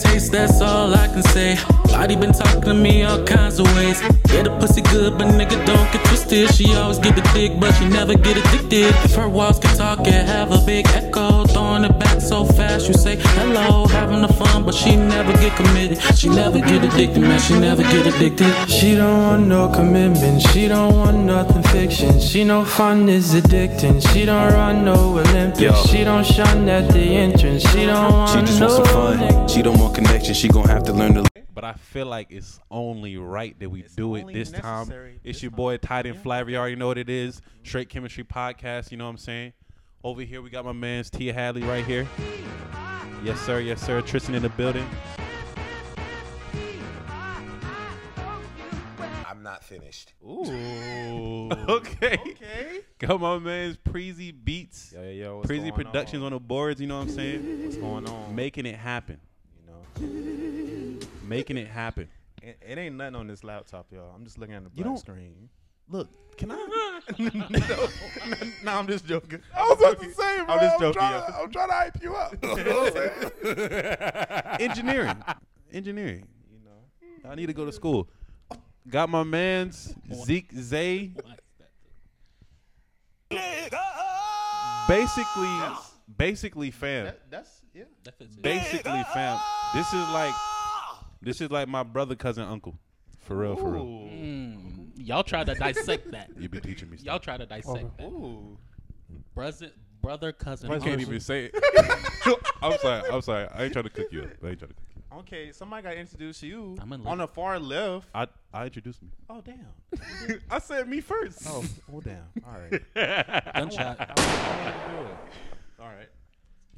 face, that's all I can say. Body been talking to me all kinds of ways. Yeah, the pussy good, but nigga don't get twisted. She always get the dick, but she never get addicted. If her walls could talk, it have a big echo. Throwing it back so fast, you say hello. Having the fun, but she never get committed. She never get addicted, man, she never get addicted. She don't want no commitment, she don't want nothing fiction. She know fun is addicting, she don't run no Olympics. Yo. She don't shun at the entrance, she don't want She just no wants some nigga. fun. She don't want connection. She gonna have to learn to. But I feel like it's only right that we It's do it only this time. necessary It's this your time. boy Titan Yeah. Mm-hmm. Flavor. You already know what it is. Straight Chemistry Podcast. You know what I'm saying? Over here, we got my man's T. Hadley right here. Yes, sir. Yes, sir. Tristan in the building. I'm not finished. Ooh. okay. Okay. Got my man's Preezy Beats. Yo, yo, yo. What's Preezy going Productions on? on? the boards. You know what I'm saying? What's going on? Making it happen. you know, Making it happen. it, it ain't nothing on this laptop, y'all. I'm just looking at the black You don't- screen. Look, can I? no, nah, I'm just joking. I was about to say, I'm just joking. yo. I'm trying to hype you up. engineering. engineering. You know, I need to go to school. Got my man's Zeke Zay. Basically, basically, fam. that's yeah. Basically, fam. This is like, this is like my brother, cousin, uncle. For real, for real. Ooh, Y'all try to dissect that. You be teaching me Y'all stuff. try to dissect that. ooh. Brother, brother, cousin. I can't uncle. even say it. I'm sorry. I'm sorry. I ain't trying to cook you up. I ain't trying to cook you Okay, somebody got introduced to you I'm in on the love. far left. up. I I introduced me. Oh damn! I said me first. Oh, oh damn! All right. Gunshot. All right.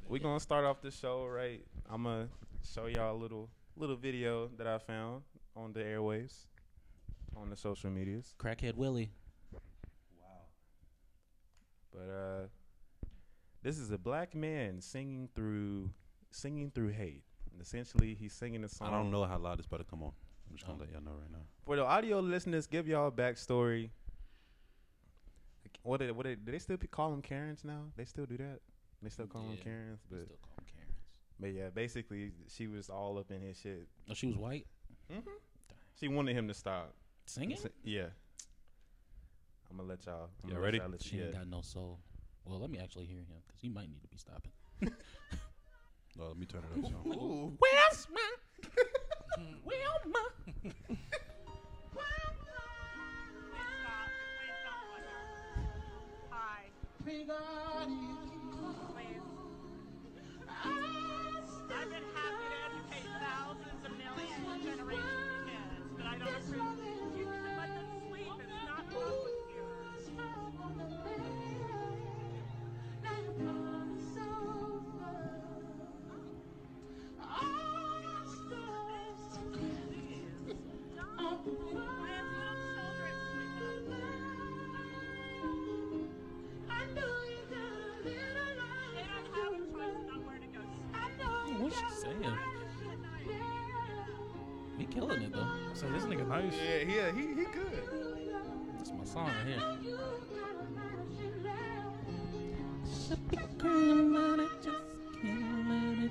We're gonna start off the show right. I'm gonna show y'all a little little video that I found on the airwaves, on the social medias. Crackhead Willie. But uh, this is a black man singing through singing through hate. And essentially, he's singing a song. I don't know how loud this better come on. I'm just gonna let y'all know right now. For the audio listeners, give y'all a backstory. Like, What did what did, do they still pe- call them Karens now? They still do that. They still call them Yeah, Karens, We but still call 'em Karens. but yeah, basically she was all up in his shit. Oh, she was white She wanted him to stop. singing. S- Yeah. I'm gonna let y'all. I'm Y'all gonna let ready? y'all let She you- ain't yeah. got no soul. Well, let me actually hear him because he might need to be stopping. No, let me turn it up. y'all. Where's my? Where's my? I've been happy to educate thousands of millions of generations of kids, but I don't approve. You can let them sleep. It's not wrong with you. They don't have a choice on where to go. What's she saying? He killing it though. So this nigga nice. yeah, he he good. That's my song right here.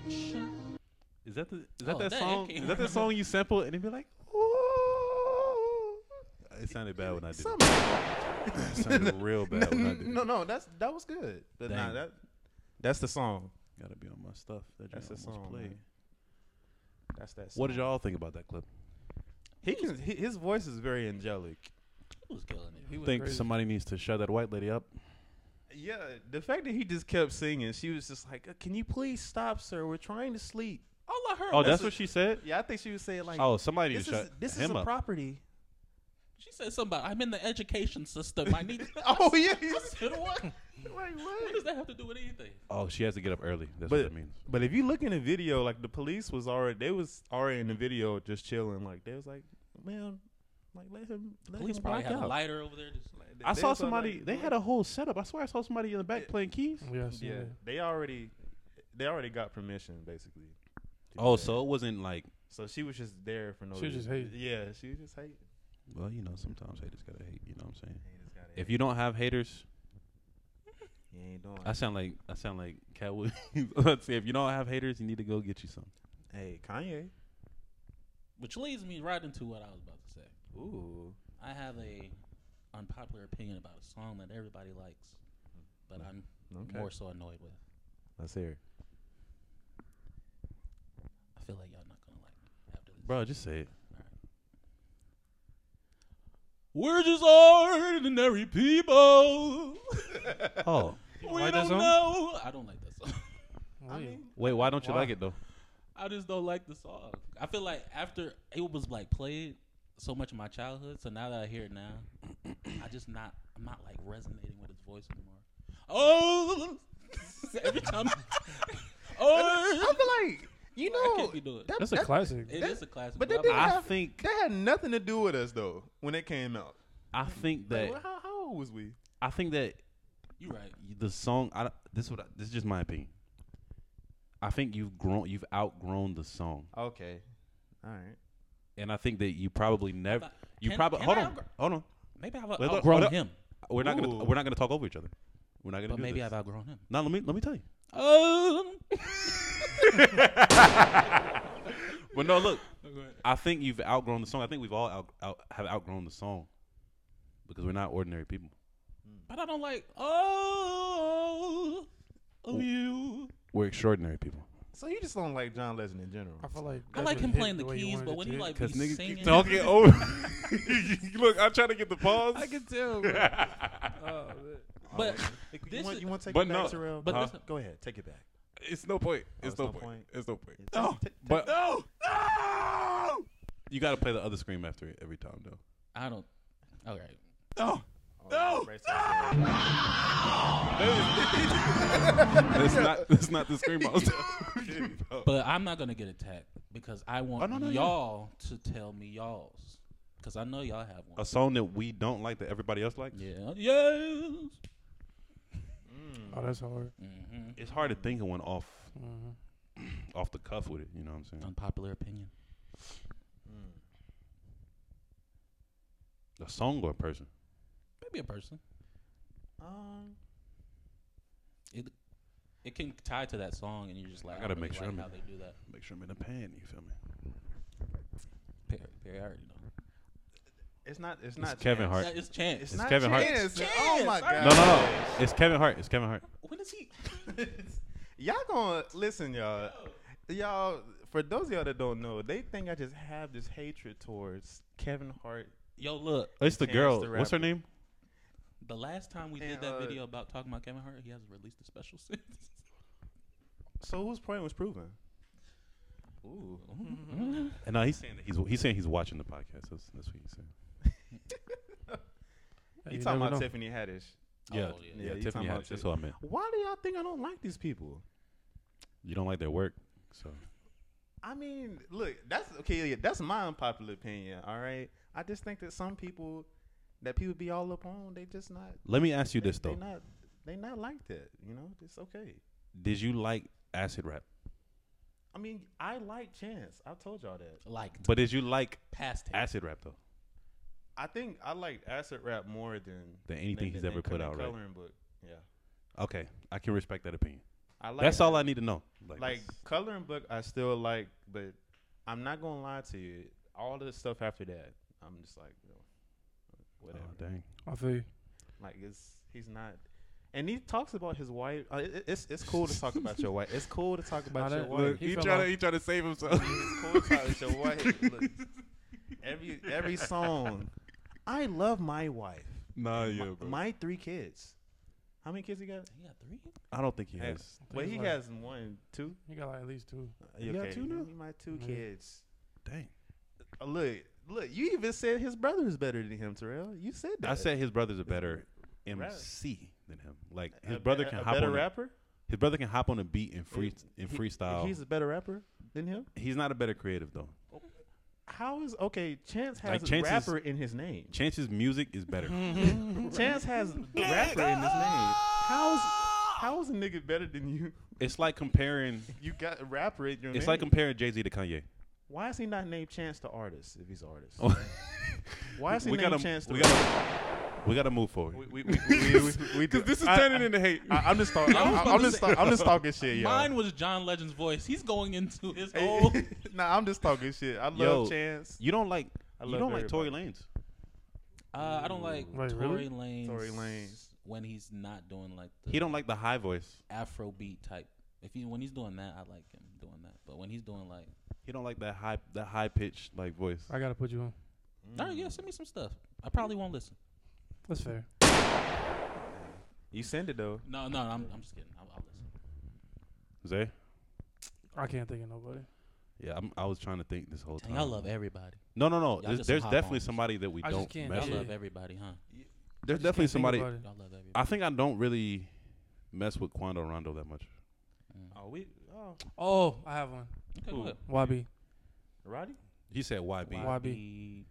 Is that the is that Oh, that dang, I song? can't Is that the remember. song you sample and it be like, ooh? It sounded bad when I did. It. it sounded real bad when I did. no, it. no, that's that was good. But nah, Dang. that that's the song. Gotta be on my stuff. That That's That's the song, Play. man. That's that. Song. What did y'all think about that clip? He can. He, his voice is very angelic. He was killing it. He was Think crazy. somebody needs to shut that white lady up. Yeah, the fact that he just kept singing, she was just like, "Uh, "Can you please stop, sir? We're trying to sleep." All I heard. Oh, was that's a- what she said. Yeah, I think she was saying like, Oh, somebody needs this to shut is this is him a up. property." She said something about I'm in the education system. I need. Oh yeah, I said what? like What does that have to do with anything? oh, she has to get up early. That's But what that means. but if you look in the video, like the police was already they was already in the video just chilling. Like they was like, man, like let him. Let Police him probably black had out. a lighter over there. Just like, I They saw was all somebody. like- they had a whole setup. I swear, I saw somebody in the back playing keys. Yes. Yeah, Yeah. they already they already got permission basically. to do Oh, that. so it wasn't like. so she was just there for no. She was just reason. hating. Yeah, she was just hating. Well, you know, sometimes haters gotta hate. You know what I'm saying? Haters gotta hate. If you don't have haters, You ain't doing. I sound like I sound like Cat Williams. Let's see. If you don't have haters, you need to go get you some. hey, Kanye. Which leads me right into what I was about to say. Ooh. I have a unpopular opinion about a song that everybody likes, but I'm Okay. more so annoyed with. Let's hear it. I feel like y'all not gonna like it after this. Bro, just say it. We're just ordinary people. Oh. we like that don't song? know. I don't like that song. Oh, Wait, why don't you like it though? I just don't like the song. I feel like after it was like played so much in my childhood, so now that I hear it now, I just not I'm not like resonating with his voice anymore. Oh, every time. oh, I feel like I you know can't be doing it. that- That's a that- classic. It is a classic, But that I'm- didn't I- have- I Yeah. think That had nothing to do with us though when it came out. I think that Like, how, how old was we? I think that you right. the song. I, this what I, this is just my opinion. I think you've grown. You've outgrown the song, Okay. All right. and I think that you probably never. But You can- probably can hold I on. outgr- Hold on. Maybe I've look, outgrown hold up. him, We're not gonna. Ooh. We're not gonna talk over each other. We're not gonna. but do maybe this. I've outgrown him. No, let me let me tell you. Oh, But no, look. I think you've outgrown the song. I think we've all out, out, have outgrown the song because we're not ordinary people. but I don't like. Oh, oh you. We're extraordinary people. So you just don't like John Legend in general. I feel like I that like should've him hit playing the way you keys, wanted but it when to he hit. like be singing, over. look, I'm trying to get the pause. I can tell. Oh, But you this want, is, you want to take But it back, no. Terrell? But Go- listen- go ahead, take it back. It's no point. Oh, It's, no, point. It's no point. No, but no, You got to play the other scream after it every time, though. I don't. All right. No. That's not. That's not the scream I was talking about. But I'm not gonna get attacked because I want Oh, no, no, yeah. y'all to tell me y'all's because I know y'all have A one. song that we don't like that everybody else likes. Yeah. Yes. Oh, that's hard. Mm-hmm. hmm It's hard to think of one off, off the cuff with it. You know what I'm saying? Unpopular opinion. A song or a person. Maybe a person. Um, It it can tie to that song, and you're just like, I gotta don't make really sure like I'm- how they do that. Make sure I'm in the pan. You feel me? Perry, Perry I already know. it's not. It's It's not. Kevin Chance. Hart. That is chance. It's Kevin Hart. Chance. Oh my Chance. god. No, no, no. It's Kevin Hart. It's Kevin Hart. when is he? y'all gonna listen, y'all. Y'all, for those of y'all that don't know, they think I just have this hatred towards Kevin Hart. Yo, look. It's the Chance girl. the What's her rapper. name? The last time we did And, that uh, video about talking about Kevin Hart, he hasn't released a special since. So whose point was proven? Ooh. And no, he's saying that he's Oh, he's saying he's watching the podcast. That's, that's what he's saying. You talking You never about know. Tiffany Haddish? Yeah, Oh, yeah. yeah. Yeah, you Tiffany Haddish. talking about That's Tiff- what I meant. Why do y'all think I don't like these people? You don't like their work, so I mean, look, that's okay. yeah, That's my unpopular opinion. All right, I just think that some people that people be all up on, they just not. Let me ask you they, this they though: not they not like that. You know, it's okay. Did you like acid rap? I mean, I like Chance. I told y'all that. Like But did you like past him. acid rap though? I think I like acid rap more than Than anything he's ever put Colour- out, right? Coloring book. Yeah, Okay, I can respect that opinion. I like. That's all I need to know. Like that's- coloring book, I still like, but I'm not gonna lie to you. All the stuff after that, I'm just like, you know, oh, whatever. dang. I feel you. Like it's he's not, and he talks about his wife. Uh, it, it's it's cool to talk about your wife. It's cool to talk about Nah, your that- wife. look, he fell off. trying to save himself. It's cool to talk about your wife. Look, every every song, I love my wife. nah, yeah, my, bro. my three kids. How many kids he got? He got three. I don't think he Hey, has. But he Like- has one, two. You got like at least two. You got two now? My two Yeah. kids. Dang. Uh, look, look. You even said his brother is better than him, Terrell. You said that. I said his brother's a better rap. MC than him. Like A his be- brother a- can a hop better on. A, rapper. his brother can hop on a beat and free in He- freestyle. He's He's, a better rapper than him. not a better creative though. How is okay? Chance has Like, Chance is- rapper in his name. Chance's music is better. Chance has rapper in his name. How's how is a nigga better than you? it's like comparing. You got a rapper in your name. It's like comparing Jay Z to Kanye. why is he not named Chance the artist if he's an artist? Oh. Why is he we named gotta, Chance the we rapper? gotta, We gotta move forward. We, we, we, we, we do. this is I- turning I- into hate. I, I'm just talking. I was I'm, about I'm to just. say- talk- I'm just talking shit, yo. Mine was John Legend's voice. He's going into his Hey, whole. nah, I'm just talking shit. I love Yo, Chance. You don't like. I you love don't like Tory everybody. Lanez. Uh, I don't like Wait, Tory really? Lanez. Tory Lanez. when he's not doing like the He don't like the high voice. Afrobeat type. If he when he's doing that, I like him doing that. But when he's doing like, He don't like that high that high pitched like voice. I gotta put you on. all right, yeah, send me some stuff. I probably won't listen. That's fair. You send it though. No, no, I'm, I'm just kidding. I'll, I'll listen. Zay. I can't think of nobody. Yeah, I'm, I was trying to think this whole time. Dang, I love everybody. No, no, no. Y'all There's, just there's hot definitely bombs. somebody that we I just don't can't- mess Y'all Yeah. with. love everybody, huh? There's definitely Just can't think somebody. about it. Y'all love everybody. I think I don't really mess with Quando Rondo that much. Oh, we. Oh, Oh, I have one. Okay, go ahead. YB. Roddy. He said YB, Wow. YB. Be-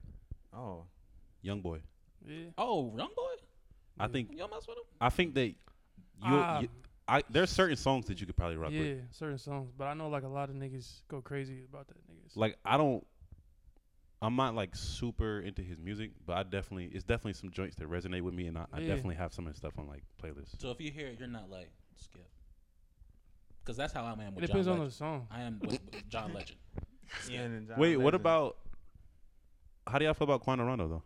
Oh, young boy. Yeah. Oh, Young Boy, I think y'all mess with him? I think that you, Ah. you I there's certain songs that you could probably rock Yeah, with. certain songs, but I know like a lot of niggas go crazy about that niggas. Like I don't I'm not like super into his music, but I definitely it's definitely some joints that resonate with me and I, I Yeah. definitely have some of his stuff on like playlists. So if you hear it, you're not like skip, because that's how I am it with depends John on the Legend. song. I am with with John Legend. Ian and John Wait, what Legend. about how do y'all feel about Quando Rondo though?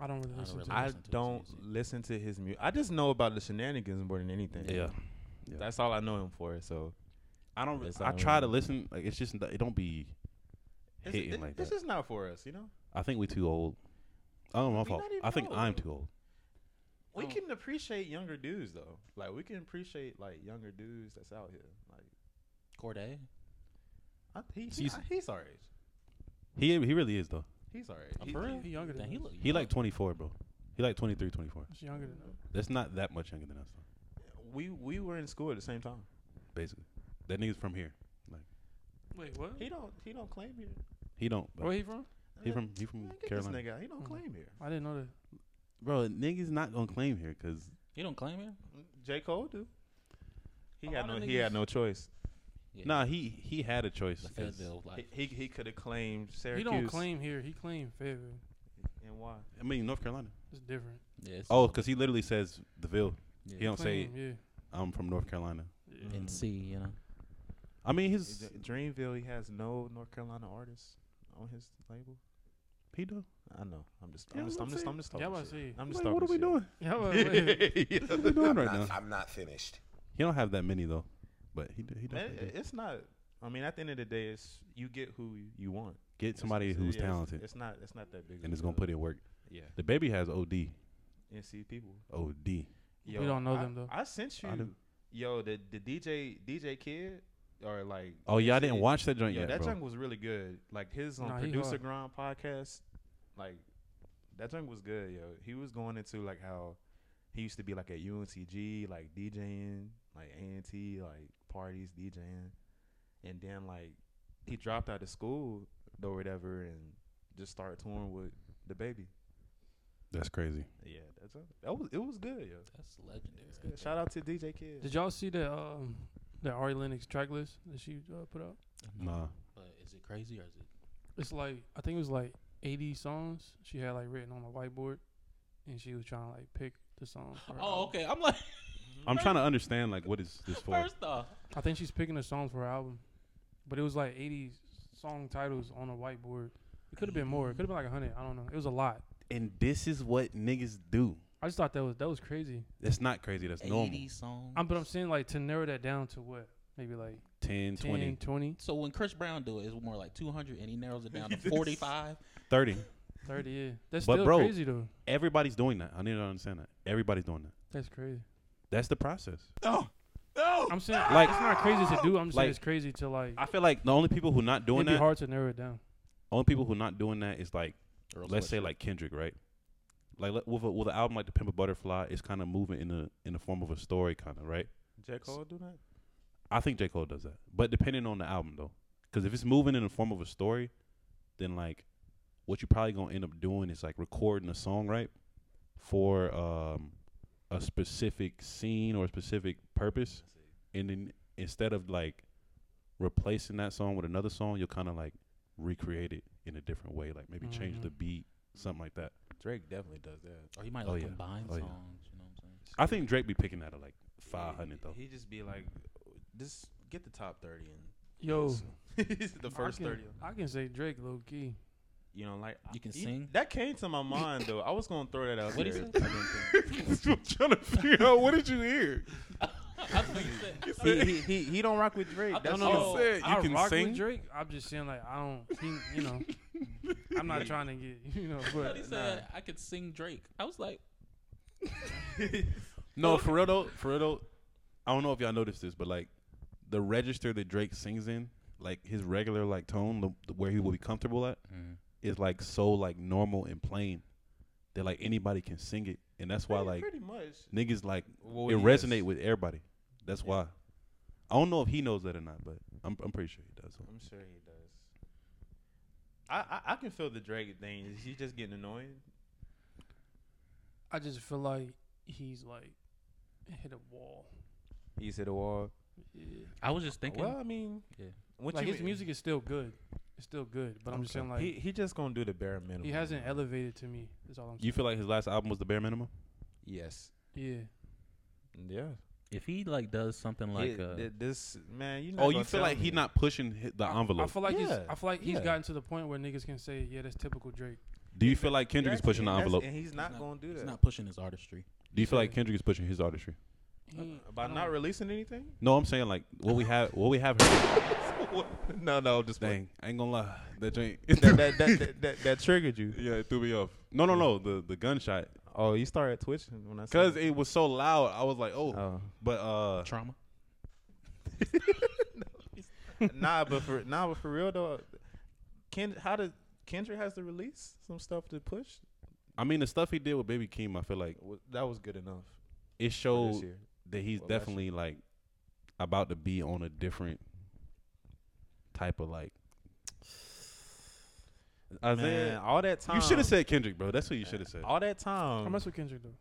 I don't really I don't listen really to. it. I listen to his don't music. listen to his music. I just know about the shenanigans more than anything. Yeah. That's all I know him for. So I don't It's I not try really- to listen like it's just it don't be It's- hitting it- like this that. is not for us, you know. I think we too old. Oh, my We fault. not even I think old. I'm too old. We Oh. can appreciate younger dudes though. Like we can appreciate like younger dudes that's out here. Like Corday. I, he, he- He's- I- he's our age. He he really is though. He's our age. He- For real? He younger than Dang, he us. look. He like 24, bro. He like 23, 24. He's younger than us. That's not that much younger than us, though, We we were in school at the same time. basically. That nigga's from here. Wait, what? He don't he don't claim here. He don't. but Where he from? he from he from Man, get this Carolina, nigga. out. He don't Mm-hmm. Mm. claim here. I didn't know that. bro. Niggas not gonna claim here because He don't claim him. J Cole do. He A had lot no of he had niggas- no choice. Yeah. nah, he he had a choice. The uh, 'cause Fayetteville life. He he, could have claimed Syracuse. He don't claim here. He claim Fayetteville. and why? I mean North Carolina. It's different. Yeah, it's- Oh, because he literally says the Ville. yeah. He don't say Claim, yeah. I'm from North Carolina. Mm-hmm. and see, you know. I mean D- his Dreamville, he has no North Carolina artists on his label. he do. I know. I'm just, Yeah, I'm, just, I'm I'm just, saying. I'm just Yeah, talking. I was shit. saying. I'm just Like, what are we doing? Yeah, well, wait. doing? What are we doing I'm, right not, now? I'm not finished. He don't have that many though, but he do, he Man, definitely it- do. it's not. I mean, at the end of the day, it's you get who you- you want. Get It's- somebody it's- who's yeah, it's- talented It's not. It's not that big. of and a is gonna deal. put in work. Yeah. The baby has OD. And see people. OD. We don't know I- them, though. I sent I you. do. Yo, the the DJ DJ kid or like. Oh yeah, I didn't it- watch that joint Yo, yet, that bro. junk was really good. Like his um, Nah, he producer hard. grind podcast, like that junk was good. Yo, he was going into like how he used to be like at UNCG, like DJing, like A&T, like parties DJing, and then like he dropped out of school or whatever and just started touring with the baby. That's crazy. Yeah, that's that was it was good. Yo, That's legendary. It's good. shout out to DJ Kid. Did y'all see that um that Ari Lennox track list that she uh, put out? Nah. But is it crazy or is it? It's like I think it was like 80 songs she had like written on a whiteboard, and she was trying to like pick the song. for her Oh, album. okay. I'm like, I'm trying to understand like what is this for. first off, I think she's picking a song for her album, but it was like 80 song titles on a whiteboard. It could have been more. It could have been like 100. I don't know. It was a lot. And this is what niggas do. I just thought that was that was crazy. That's not crazy. That's 80 normal. songs. I'm, but I'm saying like to narrow that down to what maybe like 10, 10, 20, 20, so when Chris Brown do it, it's more like 200, and he narrows it down to 45. 30. 30. Yeah, that's But still bro- crazy though. Everybody's doing that. I need to understand that. Everybody's doing that. That's crazy. That's the process. I'm saying Like- like it's not crazy to do. I'm just saying like- it's crazy to like. I feel like the only people who not doing It'd be that, hard to narrow it down. only people who not doing that is like, Earl let's say Sweatshirt. like Kendrick, right? Like let- with a, with an album like The Pimp a Butterfly, it's kind of moving in the in the form of a story, kind of right. J Cole do that? I think J Cole does that, but depending on the album though, because if it's moving in the form of a story, then like what you probably gonna end up doing is like recording a song right for um a specific scene or a specific purpose, and then instead of like Mm-hmm. replacing that song with another song, you'll kind of like recreate it in a different way, like maybe change the beat, something like that. Drake definitely does that. Or he might Oh, like yeah. combine Oh, yeah. songs. You know what I'm saying? I think Drake be picking out of like five hundred though. He just be like, just get the top thirty and Yo, the first I can, thirty. I can say Drake low key. You know, like You can he- sing? That came to my mind though. I was gonna throw that out What'd there. he I didn't think- trying to figure out what did you hear? I think he said- he, he, he he don't rock with Drake. That's no, no. all. said you I can rock sing? with Drake. I'm just saying like I don't. He, you know, I'm not trying to get you know. But But he said I could sing Drake. I was like, No, for real though, for real though, I don't know if y'all noticed this, but like the register that Drake sings in, like his regular like tone, the, the- where he will be comfortable at, is like so like normal and plain that like anybody can sing it, and that's why like pretty much. niggas like Well, it he resonate is. with everybody. That's why. I don't know if he knows that or not, but I'm I'm pretty sure he does. I'm sure he does. I, I I can feel the Drake thing. Is he just getting annoying? I just feel like he's like hit a wall. He's hit a wall. I was just thinking. Well, I mean, Yeah. what like you his mean? music is still good. It's still good, but I'm just saying like he he, he just gonna do the bare minimum. hasn't elevated to me. Is all I'm saying. You feel like his last album was the bare minimum? Yes. yeah. Yeah. if he like does something like, It- uh, th- this man, you. Oh, you feel like he not pushing hi- the I envelope? feel like he's. Yeah, I feel like he's yeah. gotten to the point where niggas can say, "Yeah, that's typical Drake." Do you feel like Kendrick is Kendrick's pushing the envelope? and he's not, not- gonna do he's that not pushing his artistry. Do you feel like Kendrick is pushing his artistry? Uh, by not releasing anything. No, I'm saying like what we have, what we have heard. no, no, just Dang, I ain't gonna lie, that joint. that, that, that, that, that, that triggered you. yeah, it threw me off. No, no, no, the the gunshot, Oh, you started twitching when I said cause that. it was so loud. I was like, oh, Oh. but uh, Trauma. nah, but for nah, but for real though, Ken, how did Kendrick has to release some stuff to push? I mean, the stuff he did with Baby Keem, I feel like Wa- That was good enough. it for this showed year. that he's Well, that's- definitely like about to be on a different type of like. man, Isaiah, all that time you should have said Kendrick, bro. That's what you should have said. all that time. I mess with Kendrick though.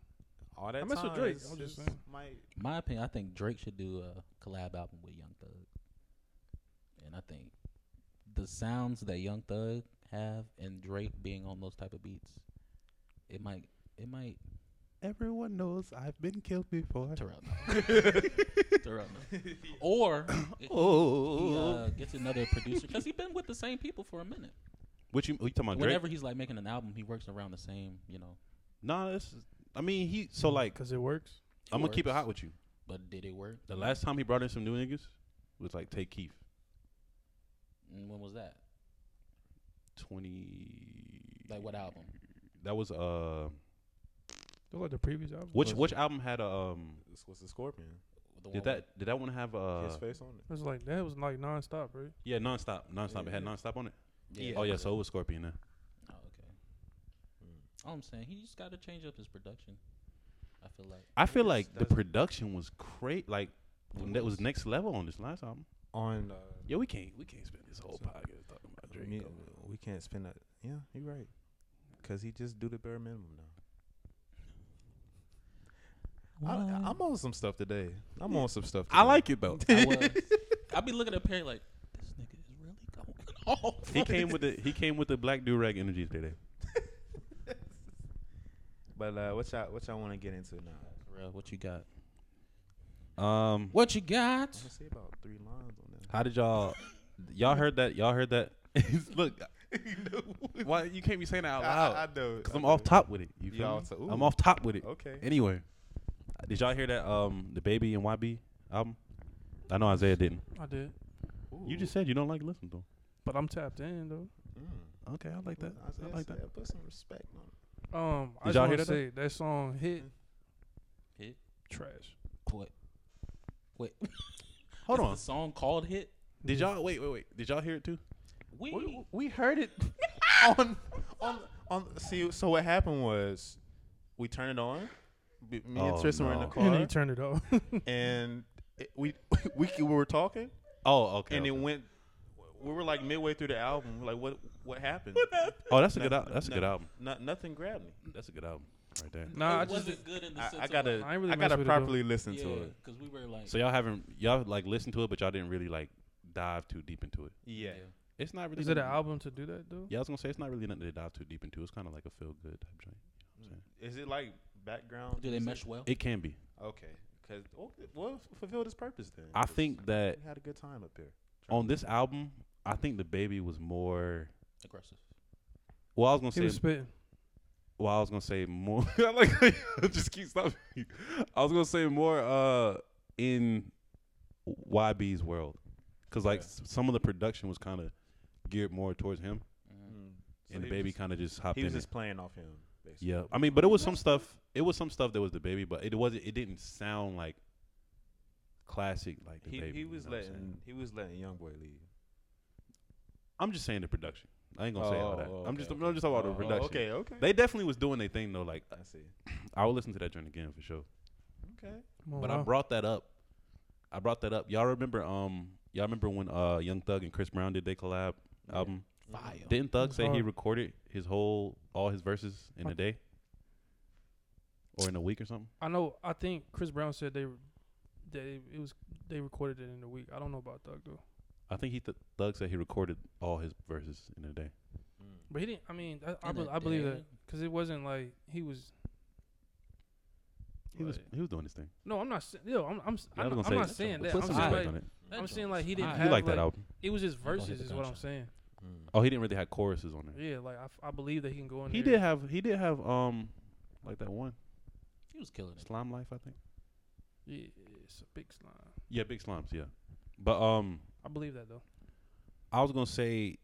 all that I mess with time. Drake, it's I'm just just saying. my- My opinion, I think Drake should do a collab album with Young Thug. And I think the sounds that Young Thug have and Drake being on those type of beats, it might it might Everyone knows I've been killed before. Terrell. no. Terrell. no. Or it- he Oh, uh, gets another producer because he's been with the same people for a minute. what you, what you talking about? Drake? Whenever he's like making an album, he works around the same, you know. Nah, this is, I mean, he. So like, because it works. I'm gonna keep it works. hot with you. But did it work? The last time he brought in some new niggas was like Take Keith, And when was that? twenty. Like what album? That was uh, Look like the previous album. which Was- which album had a um? This was the scorpion. The Did one with- that did that one have uh? His face on it. It was like that was like nonstop, right? Yeah, nonstop, nonstop. It had nonstop on it. Yeah. Oh yeah, so it was Scorpion then. Oh, okay. Mm. All I'm saying, he just got to change up his production. I feel like I feel Yes, like the that's- production was great. Like when that was next level on this last album. On uh, Yeah, we can't we can't spend this whole podcast talking about Drake. me- though. we can't spend that. Yeah, you're right. Cause he just do the bare minimum now. I, I'm on some stuff today. I'm on some stuff. Today. I like it though. I was. I be looking at Perry like this nigga is really going off. he came with the he came with the black do rag energy today. But uh, what y'all what y'all want to get into now? Terrell, what you got? Um, What you got? I see about three lines on that. How did y'all? y'all heard that? Y'all heard that? Look, why you can't be saying that out loud? know. Because I I'm know. off top with it. You Yeah, feel so- me? ooh. I'm off top with it. Okay. Anyway, did y'all hear that? Um, the baby and YB album. I know Isaiah didn't. I did, You just said you don't like listening to. Him. but I'm tapped in though. Okay, I like that. I like that. Put some respect on it. Um, I Did just y'all want hear to that say that song hit Hit trash. what? Wait, Hold is on. The song called "Hit." Did y'all wait? Wait, wait. Did y'all hear it too? We We, we heard it on on on. See, so what happened was we turned it on. B- Me and Oh, Tristan were in the no. car, And then he and, turned it off. it- we, we we were talking, Oh, okay. and it okay. went. We were like midway through the album. Like what what happened? oh, that's a good. Al- that's a good album. No, nothing grabbed me. That's a good album right there. nah, I it just wasn't good in the I, sense I of, gotta like, I ain't really I gotta mess with it, though. properly listen yeah, to it. because we were like So y'all haven't y'all like listened to it, but y'all didn't really like dive too deep into it. Yeah. Yeah. It's not really. Is it an nothing- album to do that though? Yeah, I was gonna say it's not really nothing to dive too deep into. It's kind of like a feel good type joint. Is it like background? Do they music? mesh well? It can be. Okay, because well, fulfilled its purpose then. I 'cause think that we had a good time up here. on this album, I think the baby was more Aggressive. Well, I was gonna He say was spitting. Well, I was gonna say more. I like how you just keep stopping. me. I was gonna say more uh, in YB's world, because like s- some of the production was kind of geared more towards him, Mm. So and the he baby was- kind of just hopped He in. was it. just playing off him. Basically. Yeah, I mean, but it was some stuff. It was some stuff that was the baby, but it wasn't. It didn't sound like classic like the He, baby. he you was know what I'm saying? letting he was letting young boy lead. I'm just saying the production. I ain't gonna say all that. Oh, I'm okay, just okay. I'm just talking about Oh, the oh, production. okay, okay. They definitely was doing their thing though. Like I see. I would listen to that joint again for sure. Okay. Oh, But I wow. brought that up. I brought that up. Y'all remember um y'all remember when uh Young Thug and Chris Brown did they collab album? Mm. Fire. Didn't Thug That's say he hard. recorded his whole all his verses in a day? Or in a week or something? I know. I think Chris Brown said they, they it was they recorded it in a week. I don't know about Thug though. I think he th- Thug said he recorded all his verses in a day. But he didn't. I mean, I, I, In be- a I believe day? that because it wasn't like he was. He was Right. he was doing his thing. No, I'm not. sa- Yo, I'm. I'm, si Yeah, I am was gonna say, not saying that. put I'm some saying respect like, on it. I'm saying like he didn't You have like like, Mm. that album? It was his gonna hit verses, the is what I'm gunshot. saying. Oh, he didn't really have choruses on there. Yeah, like I, f- I believe that he can go in. He there. did have he did have um like that one He was killing it. slime life I think. Yeah, it's a big slime. Yeah, big slimes. Yeah, but um I believe that though. I was gonna say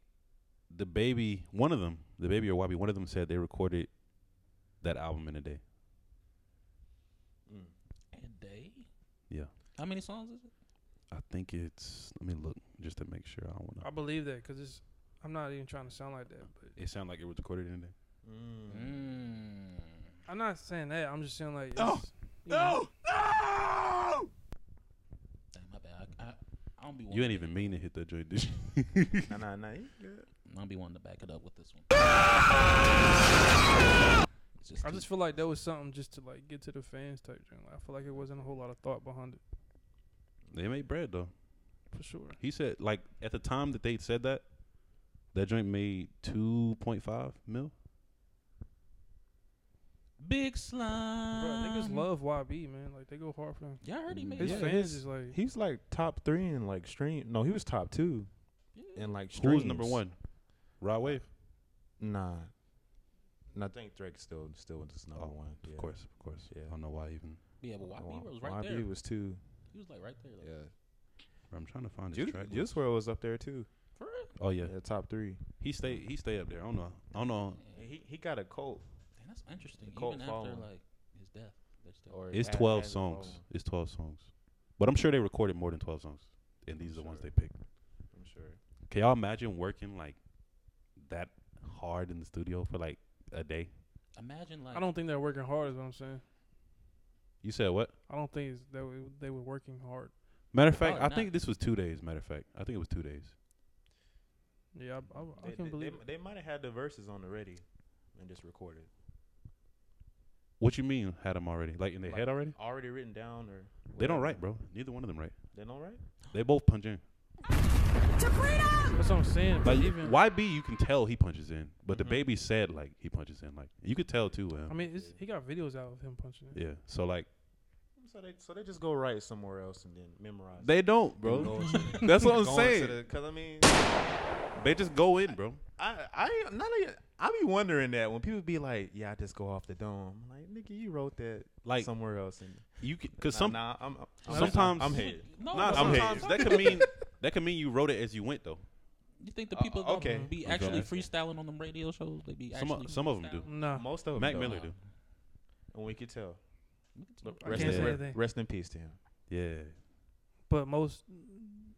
the baby one of them, the baby or Wabi, one of them said they recorded that album in a day. Mm. A day? Yeah. How many songs is it? I think it's let me look just to make sure I don't I wanna believe that because it's. I'm not even trying to sound like that, but it sounded like it was recorded in a day. Mm. Mm. I'm not saying that. I'm just saying like. It's, No. you know, Damn, my bad. I, I, I don't be You wanting, ain't even mean to hit that joint did you? nah, nah, nah. you good. I don't be wanting to back it up with this one. It's I too- just feel like that was something just to like get to the fans type thing. Like, I feel like it wasn't a whole lot of thought behind it they made bread though. for sure. He said like at the time that they said that, that joint made two point five mil. Big Bro, slime. niggas love YB man. Like they go hard for him. Y'all heard he made His Um. Yeah, fans his- is like He's like top three in like stream. No, he was top two in like streams. Who was number one? Rod Wave. Nah. And I think Drake still still was his number Oh, one. Of yeah. course, of course. Yeah. I don't know why even. Yeah, but YB Wa- was right YB there. Oh, was two. He was like right there. Like, Yeah. I'm trying to find his Ju- track. list. Juice WRLD was up there too. For real? Oh yeah, Yeah, top three. he stayed. He stayed up there. I don't know. I don't know. He he got a cult. Damn, that's interesting. cult Even following. after like his death, they're still. Or It's a- twelve as a songs. following. It's twelve songs, but I'm sure they recorded more than twelve songs, and these are the ones they Sure. picked. I'm sure. Can y'all imagine working like that hard in the studio for like a day? Imagine like I don't think they're working hard. Is what I'm saying. You said what? I don't think it's that w- they were working hard. Matter of fact, Probably I think not. this was two days. Matter of fact, I think it was two days. Yeah, I, I, I They, can they, believe they, they might have had the verses on already and just recorded. What you mean had them already? Like in their Like, head already? Already written down or They don't whatever. write, bro. Neither one of them write. They don't write? They both punch in. it. That's what I'm saying. But Like even YB, you can tell he punches in, but the Mhm. baby said like he punches in. Like you could tell too. Um, I mean, it's, he got videos out of him punching. It. yeah. So like So they so they just go write somewhere else and then memorize. they don't, bro. That's what I'm saying. Because I mean, They just go in, bro. I I none of you, I be wondering that when people be like, yeah, I just go off the dome. I'm like, nigga, you wrote that Like somewhere else. And you, because Nah, some nah, I'm, I'm, sometimes- I'm hated. No, Nah, but I'm hating. sometimes that could mean that could mean you wrote it as you went though. You think the Uh, people okay. don't be Okay. actually freestyling on them radio shows? They be Some o- actually some of 'em do. freestyling? Nah, Most of them, Mac though. Miller do. and we could tell. I Rest can't in, say re- anything. rest in peace to him. Yeah. But most,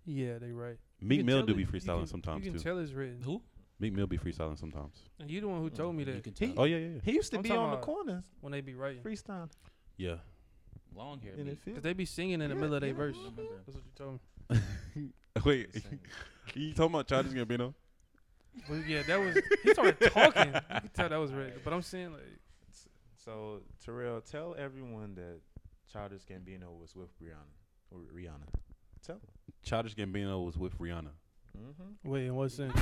yeah, they right. You Meek can Mill tell do it- be you can- freestyling sometimes You can too. tell it's written. Who? Meek Mill be freestyling sometimes. And you the one who told me You that can tell. Oh yeah, yeah, yeah. He used to I'm be talking on the about- corners when they be writing, freestyling Yeah. Long hair. in the Meek. cause field. they be singing in the Yeah, middle of their yeah. verse. Remember. That's what you told me. Wait, you talking about Childish Gambino? Well, yeah, that was he started talking. You could tell that was red. But I'm saying like, So Terrell, tell everyone that Childish Gambino was with Rihanna. Or Rihanna. Tell them. Childish Gambino was with Rihanna. Wait, in what sense?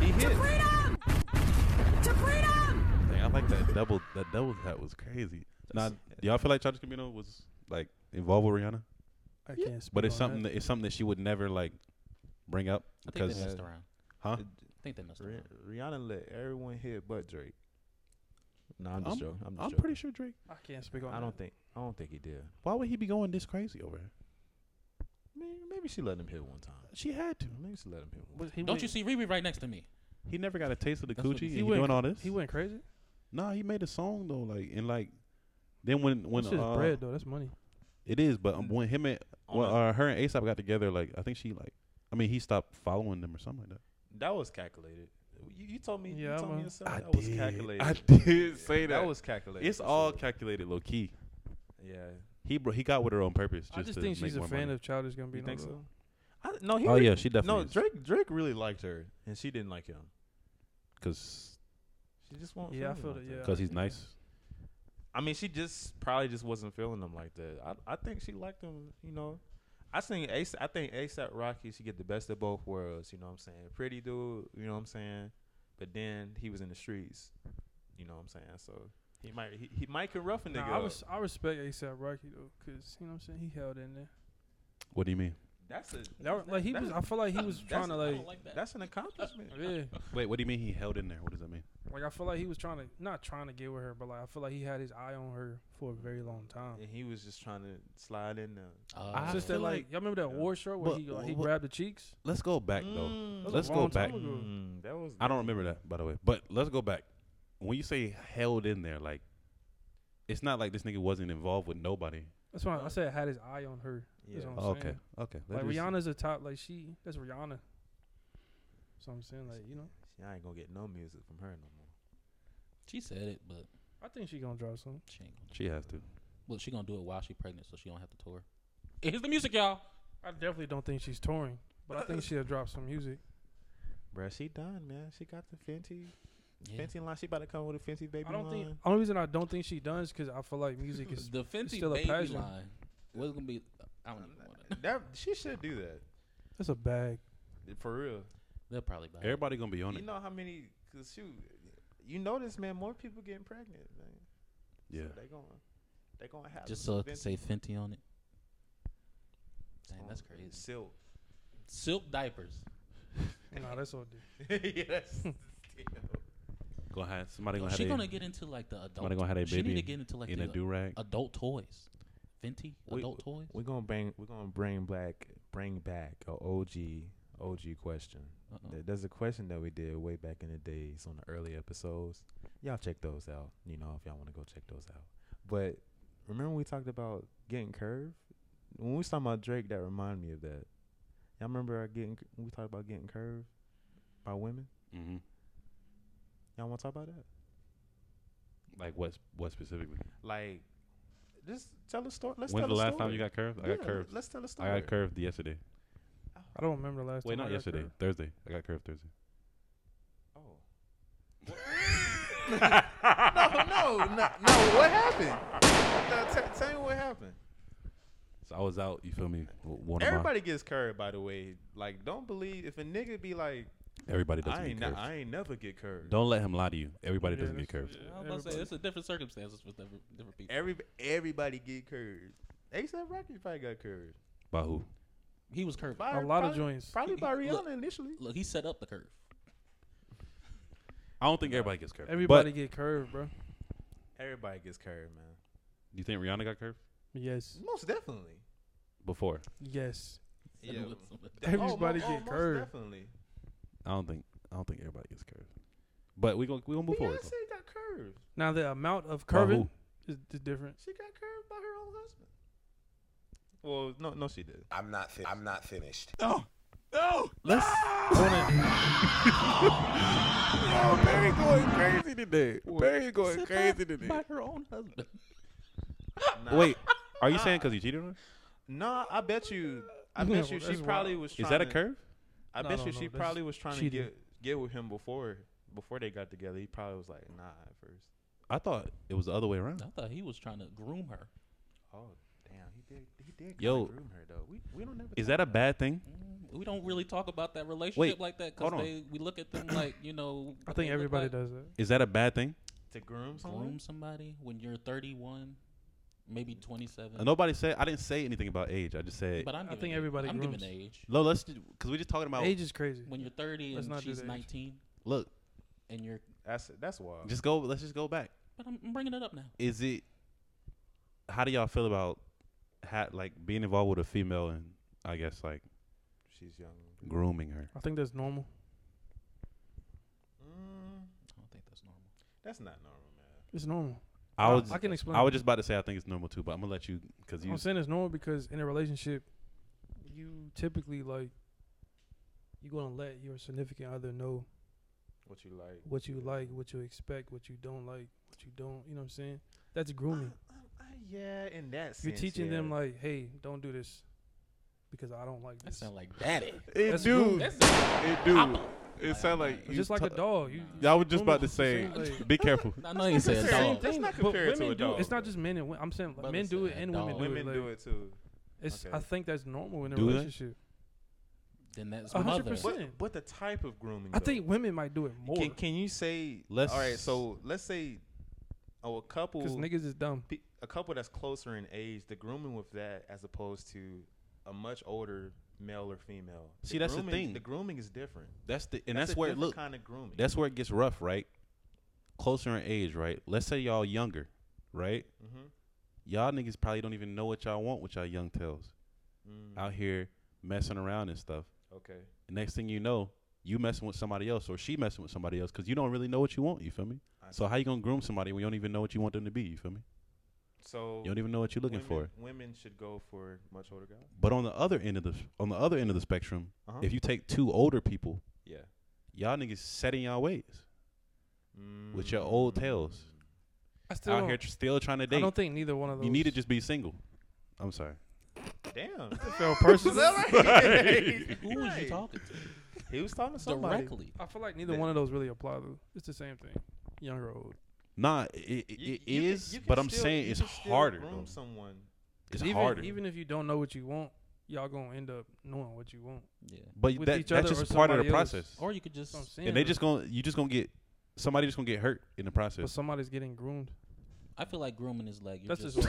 He hit. To freedom! Dang, I like that double. That double that was crazy. Now, do y'all feel like Childish Gambino was like involved with Rihanna? I can't speak But it's on something. That. it's something that she would never like bring up I think because they messed around. huh? I think they messed Rih- around. Rihanna let everyone hit but Drake. No, I'm just I'm- joking. I'm, just I'm joking. pretty sure Drake. I can't speak on I don't think. I don't think he did. Why would he be going this crazy over? Her? Maybe, maybe she let him hit one time. She had to. Maybe she let him hit one. Was, he Don't went, you see Riri right next to me? He never got a taste of the That's what coochie. he- and he He went- doing all this. He went crazy. Nah, he made a song though. Like and like, then when when That's just uh, bread though. That's money. it is, but um, when him and On well, a- uh, her and ASAP got together, like I think she like, I mean he stopped following them or something like that. That was calculated. You, you told me. Yeah, you told man. me yourself that was calculated. I did say that. That was calculated. it's for all sure. calculated, low key. yeah. He bro, he got with her on purpose. Just I just to think make she's a more fan money. of Childish Gambino. You think so? though. I, no, he Oh re- yeah, she definitely. no, Drake. Drake really liked her, and she didn't like him. because She just won't. Yeah, I him feel like that, yeah. because he's Yeah. nice. I mean, she just probably just wasn't feeling him like that. I, I think she liked him, you know. I think Ace, I think ASAP Rocky should get the best of both worlds. You know what I'm saying? Pretty dude, you know what I'm saying. But then he was in the streets, you know what I'm saying. So he might he, he might can rough a nigga. Nah, I up. was I respect ASAP Rocky though, cause you know what I'm saying. He held in there. What do you mean? that's a That, was- like he that's- was. I feel like he was that's- trying to I like. don't like that. that's an accomplishment. Yeah, Wait, what do you mean he held in there? What does that mean? like I feel like he was trying to not trying to get with her, but like I feel like he had his eye on her for a very long time. And he was just trying to slide in there. Uh, Since that like, y'all remember that Yeah. war short where But he like, he what- grabbed the cheeks? Let's go back though. Mm, That was a Let's go long back. time ago. mm, that was I don't remember that by the way, but let's go back. When you say held in there, like it's not like this nigga wasn't involved with nobody. That's why I said had his eye on her. Yeah. That's what I'm Oh, okay, saying. okay. Like That is- Rihanna's a top. Like she, that's Rihanna. So I'm saying like you know, I ain't gonna get no music from her no more. she said it, but I think she gonna drop some. she ain't gonna. She has to. Well, she gonna do it while she pregnant, so she don't have to tour. Here's the music, y'all. I definitely don't think she's touring, but I think she'll drop some music. Bruh, she done, man. She got the Fenty, Yeah. Fenty line. She about to come with a Fenty baby I don't line. think. Only reason I don't think she does because I feel like music is The Fenty still a baby passion. line. What's gonna be? I don't even want to. that she should do that that's a bag. for real. They'll probably buy it. Everybody gonna be on You it. know how many? Cause shoot, you notice, man, more people getting pregnant. Man. Yeah. so they going they gonna have Just so it can vintage say Fenty on it. Dang, on that's crazy. Silk. Silk diapers. nah, that's all. yeah, that's still. Gonna have somebody Yo, gonna she have gonna a, get into like the adult. somebody gonna have a she need to baby get into like in a the do rag. adult toys. Fenty Wait, adult toys. We're gonna bring we're gonna bring back bring back a OG OG question. Uh-oh. Th- There's a question that we did way back in the days on the early episodes. Y'all check those out. You know, if y'all want to go check those out. But remember when we talked about getting curved? When we was talking about Drake, that reminded me of that. Y'all remember our getting c- when we talked about getting curved by women? Mm-hmm. Y'all want to talk about that? Like what? What specifically? Like, just tell a story. Let's When's tell the a last story. time you got curved? I Yeah, got curved. Let's tell a story. I got curved yesterday. I don't remember the last. Wait, time I not got yesterday. curved. Thursday. I got curved Thursday. Oh. no, no, no. What happened? Now, t- tell me what happened. So I was out. You feel me? W- One Everybody gets curved, by the way. Like, don't believe if a nigga be like, of my, everybody doesn't I get ain't, curved. ne- I ain't never get curved. Don't let him lie to you. Everybody Yeah, doesn't get that's- curved. yeah, I was about to say everybody. it's a different circumstances with different, different people. Every everybody get curved. ASAP Rocky probably got curved. By who? He was curved. By- A lot of probably- joints. Probably by Rihanna Look. initially. Look, he set up the curve. I don't think everybody gets curved. Everybody But get curved, bro. Everybody gets curved, man. you think Rihanna got curved Yes, Most definitely. before? yes. Set Yeah. Oh, it with somebody. Everybody mo- get most curved. Definitely. I don't think. I don't think everybody gets curved. But we gonna we gonna move forward. Beyonce got curved. Now the amount of By who? curving is, is different. She got curved by her own husband. Well, no, no, she did. I'm not. Fin- I'm not finished. Let's. Ah! Yo, Barry going crazy today. Barry going crazy today. By her own husband. Nah. Wait, are you saying because he cheated on her? Nah, I bet you. I Yeah, bet you she well, that's probably wild. was. Trying Is that a to- curve? I No, bet no, you no, she that's probably was trying cheating. to get get with him before before they got together. He probably was like, nah, at first. I thought it was the other way around. I thought he was trying to groom her. Oh damn, he did. He did. Yo. Yo, groom her though. We we don't never. Is that a bad thing? Mm, we don't really talk about that relationship Wait, like that because hold on. they we look at them like you know. I think everybody does that. Is that a bad thing? To groom someone? Groom somebody when you're 31, maybe 27. Uh, Nobody said. I didn't say anything about age. I just said. But I'm I giving think it- everybody I'm giving grooms. age. No, let's because we just talking about Age is crazy. When you're 30 Let's and not do she's the age. 19, Look, and you're. That's that's wild. just go. Let's just go back. But I'm, I'm bringing it up now. Is it? How do y'all feel about, ha like being involved with a female and I guess like She's young. grooming her? I think that's normal. I don't think that's normal. That's not normal, man. It's normal. I I- was. I can explain I it. was just about to say I think it's normal too, but I'm gonna let you because you. I'm saying it's normal because in a relationship, you typically like you gonna let your significant other know What you like? what you like, what you expect, what you don't like, what you don't. You know what I'm saying? That's grooming. Uh, yeah, in that sense. You're teaching yeah. them like, hey, don't do this because I don't like That this. sound like daddy. That's It grooming. do. It do. It sound sound like like It's just like a dog. You, you I was just grooming about to is the say, same way. be careful. I know you said necessarily dog. the Let's same. not But compare it to women a do- dog, It's not though. just men and women. I'm saying like, Brother men do it said and dog. women do Women it. do like, it too. It's Okay. I think that's normal in a Do they? relationship. Then that's A hundred mother. percent. But, but the type of grooming. I though. think women might do it more Can, can you say? Let's- all right. So let's say, oh, a couple. because niggas is dumb. pe- a couple that's closer in age, the grooming with that as opposed to a much older male or female. See, that's the grooming- thing. The grooming is different, That's the and that's, where it look. kind of grooming. That's where it gets rough, right? Closer in age, right? Let's say y'all younger, right? Mhm. Y'all niggas probably don't even know what y'all want with y'all young tails Mm, out here messing around and stuff. okay. next thing you know, you messing with somebody else or she messing with somebody else because you don't really know what you want. You feel me? I So how you gonna groom somebody when you don't even know what you want them to be? You feel me? So You don't even know what you're looking for. women, Women should go for much older guys. But on the other end of the on the other end of the spectrum, Uh-huh. if you take two older people, Yeah. y'all niggas setting y'all ways with your Mm, old tails I still out don't, here tr- still trying to I date. don't think neither one of those. You need to just be single. I'm sorry. Damn. felt personal. Who was you talking to? he was talking to somebody. Directly. I feel like neither one of those really apply though. It's the same thing, young or old. Nah, it, it, it is, You- you can- you can but I'm still- saying you it's can still harder. Groom though. someone. It's even, harder. Even if you don't know what you want, y'all gonna end up knowing what you want. Yeah. but with that, each that's other just or part of the somebody else. process. Or you could just. That's what I'm saying. And they but- just gonna you just gonna get somebody just gonna get hurt in the but process. somebody's getting groomed. I feel like grooming is like you're That's just. just.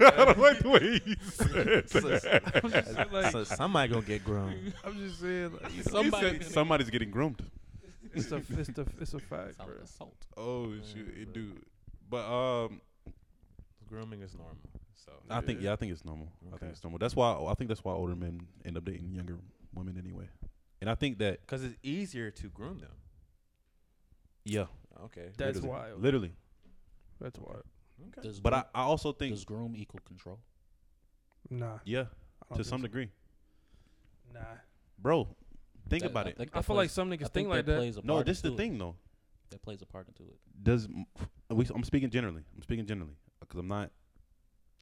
I don't like the way he said I'm just saying, like, somebody gonna get groomed. I'm just saying, like, somebody. Somebody's getting groomed. it's a, it's a, it's a Sounds fact, bro. like assault. Oh shoot, it do. But um, grooming is normal. So I think yeah, I think it's normal. I Okay. think it's normal. That's why I think that's why older men end up dating younger women anyway. And I think that because it's easier to groom them. yeah, Okay. That's literally, wild. literally. That's wild. Does But I, groom- I also think does groom equal control? Nah, yeah I don't to think some so. degree, Nah, bro. Think about it. think I that feel like plays- some I niggas think think like that. plays a No, part this is the into it. thing though. That plays a part into it. does m- we, I'm speaking generally. I'm speaking generally because I'm not.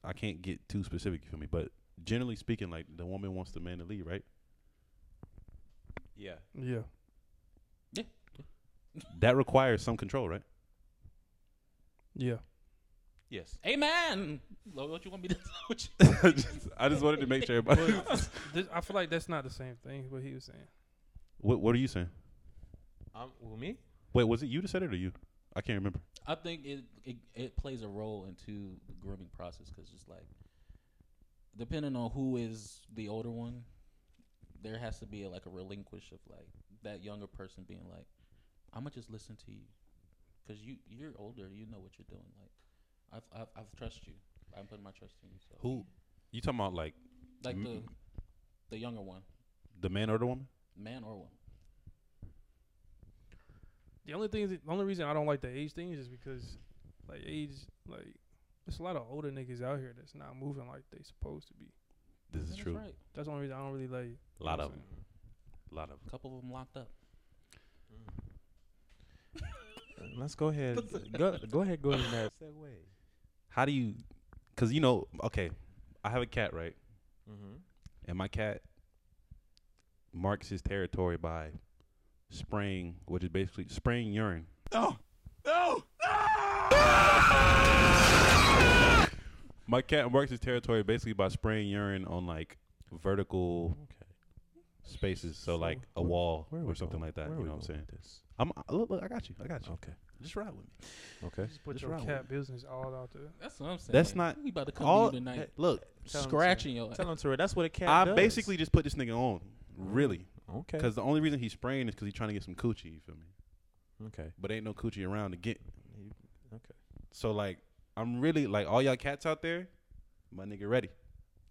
I can't get too specific for me, but generally speaking, like the woman wants the man to lead, right? Yeah. Yeah, That requires some control, right? yeah. Yes. Amen. Lord, what you want me to do? I, just, I just wanted to make sure everybody. But this, I feel like that's not the same thing. What he was saying. what What are you saying? Um. Well, me. Wait, was it you that said it or you? I can't remember. I think it, it it plays a role into the grooming process because just like depending on who is the older one, there has to be like a relinquish of like that younger person being like, I'm gonna just listen to you because you you're older, you know what you're doing. Like I've I've, I've trust you. I'm putting my trust in you. So Who? You talking about like like the Mm. the younger one, the man or the woman? man or woman? The only thing, the only reason I don't like the age thing is just because, like, age, like, there's a lot of older niggas out here that's not moving like they supposed to be. This is That's true. right. That's the only reason I don't really like. A lot of them. A lot of. A couple of them locked up. Let's go ahead. go. Go ahead. Go ahead. That segue. How do you? Because you know, okay, I have a cat, right? Mm-hmm. And my cat marks his territory by spraying, which is basically spraying urine. No, no. My cat marks his territory basically by spraying urine on like vertical spaces. So, So like a wh- wall where are or we something going? like that. Where you are we know what I'm going saying? with this? I'm I- look, look, I got you. I got you. Okay. Just ride with me. Okay. Just put Just your ride with cat business all out there. That's what I'm saying. That's not We about to come all- to you tonight. hey, look, Tell 'em to- scratching your. Tell him to That's what a cat I does. basically just put this nigga on, really, Okay. because the only reason he's spraying is because he's trying to get some coochie. You feel me? Okay. But ain't no coochie around to get. Okay. So like, I'm really like all y'all cats out there, my nigga, ready.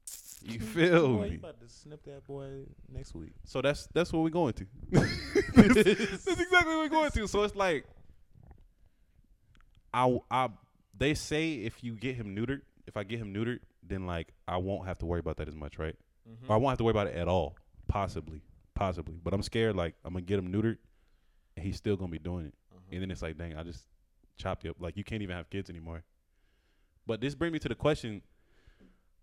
You feel Boy, you me? about to snip that boy next week. So that's that's what we're going to. that's, that's exactly what we're going to. So it's like, I I they say if you get him neutered, if I get him neutered, then like I won't have to worry about that as much, right? Or I won't have to worry about it at all, possibly, possibly. But I'm scared like I'm gonna get him neutered, and he's still gonna be doing it, and then it's like, dang, I just chopped you up. Like you can't even have kids anymore. But this brings me to the question: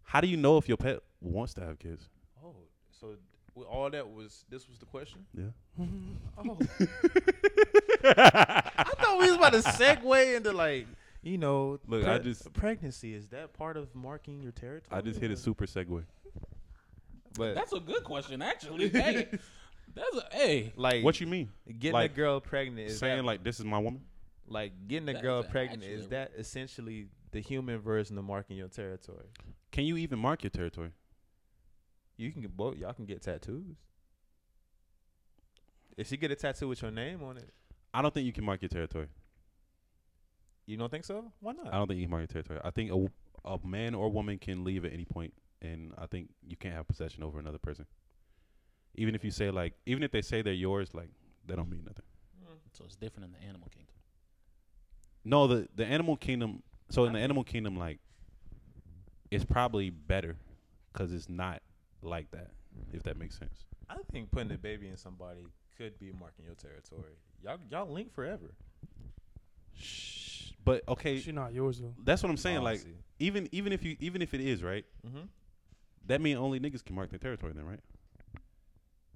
How do you know if your pet wants to have kids? Oh, so with all that was this was the question? Yeah. Oh, I thought we was about to segue into like, you know, Look, I just- pregnancy is that part of marking your territory? I just hit a super segue. But That's a good question, actually. hey, that's a hey. like, What you mean? getting like, a girl pregnant is Saying that, like this is my woman? like getting a That girl is a- pregnant actually is a- that essentially the human version of marking your territory? Can you even mark your territory? You can get both. Y'all can get tattoos. If she get a tattoo with your name on it, I don't think you can mark your territory. you don't think so? Why not? I don't think you can mark your territory. I think a, w- a man or woman can leave at any point, and I think you can't have possession over another person. Even if you say like, even if they say they're yours, like that don't mean nothing. So it's different in the animal kingdom. No, the the animal kingdom. So in the animal kingdom, like, it's probably better because it's not like that. If that makes sense. I think putting a baby in somebody could be marking your territory. Y'all, y'all link forever. Shh. But okay, She not yours though. that's what I'm saying. Oh, I Like, see. even even if you even if it is right, Mm-hmm. that mean only niggas can mark their territory then, right? Mm.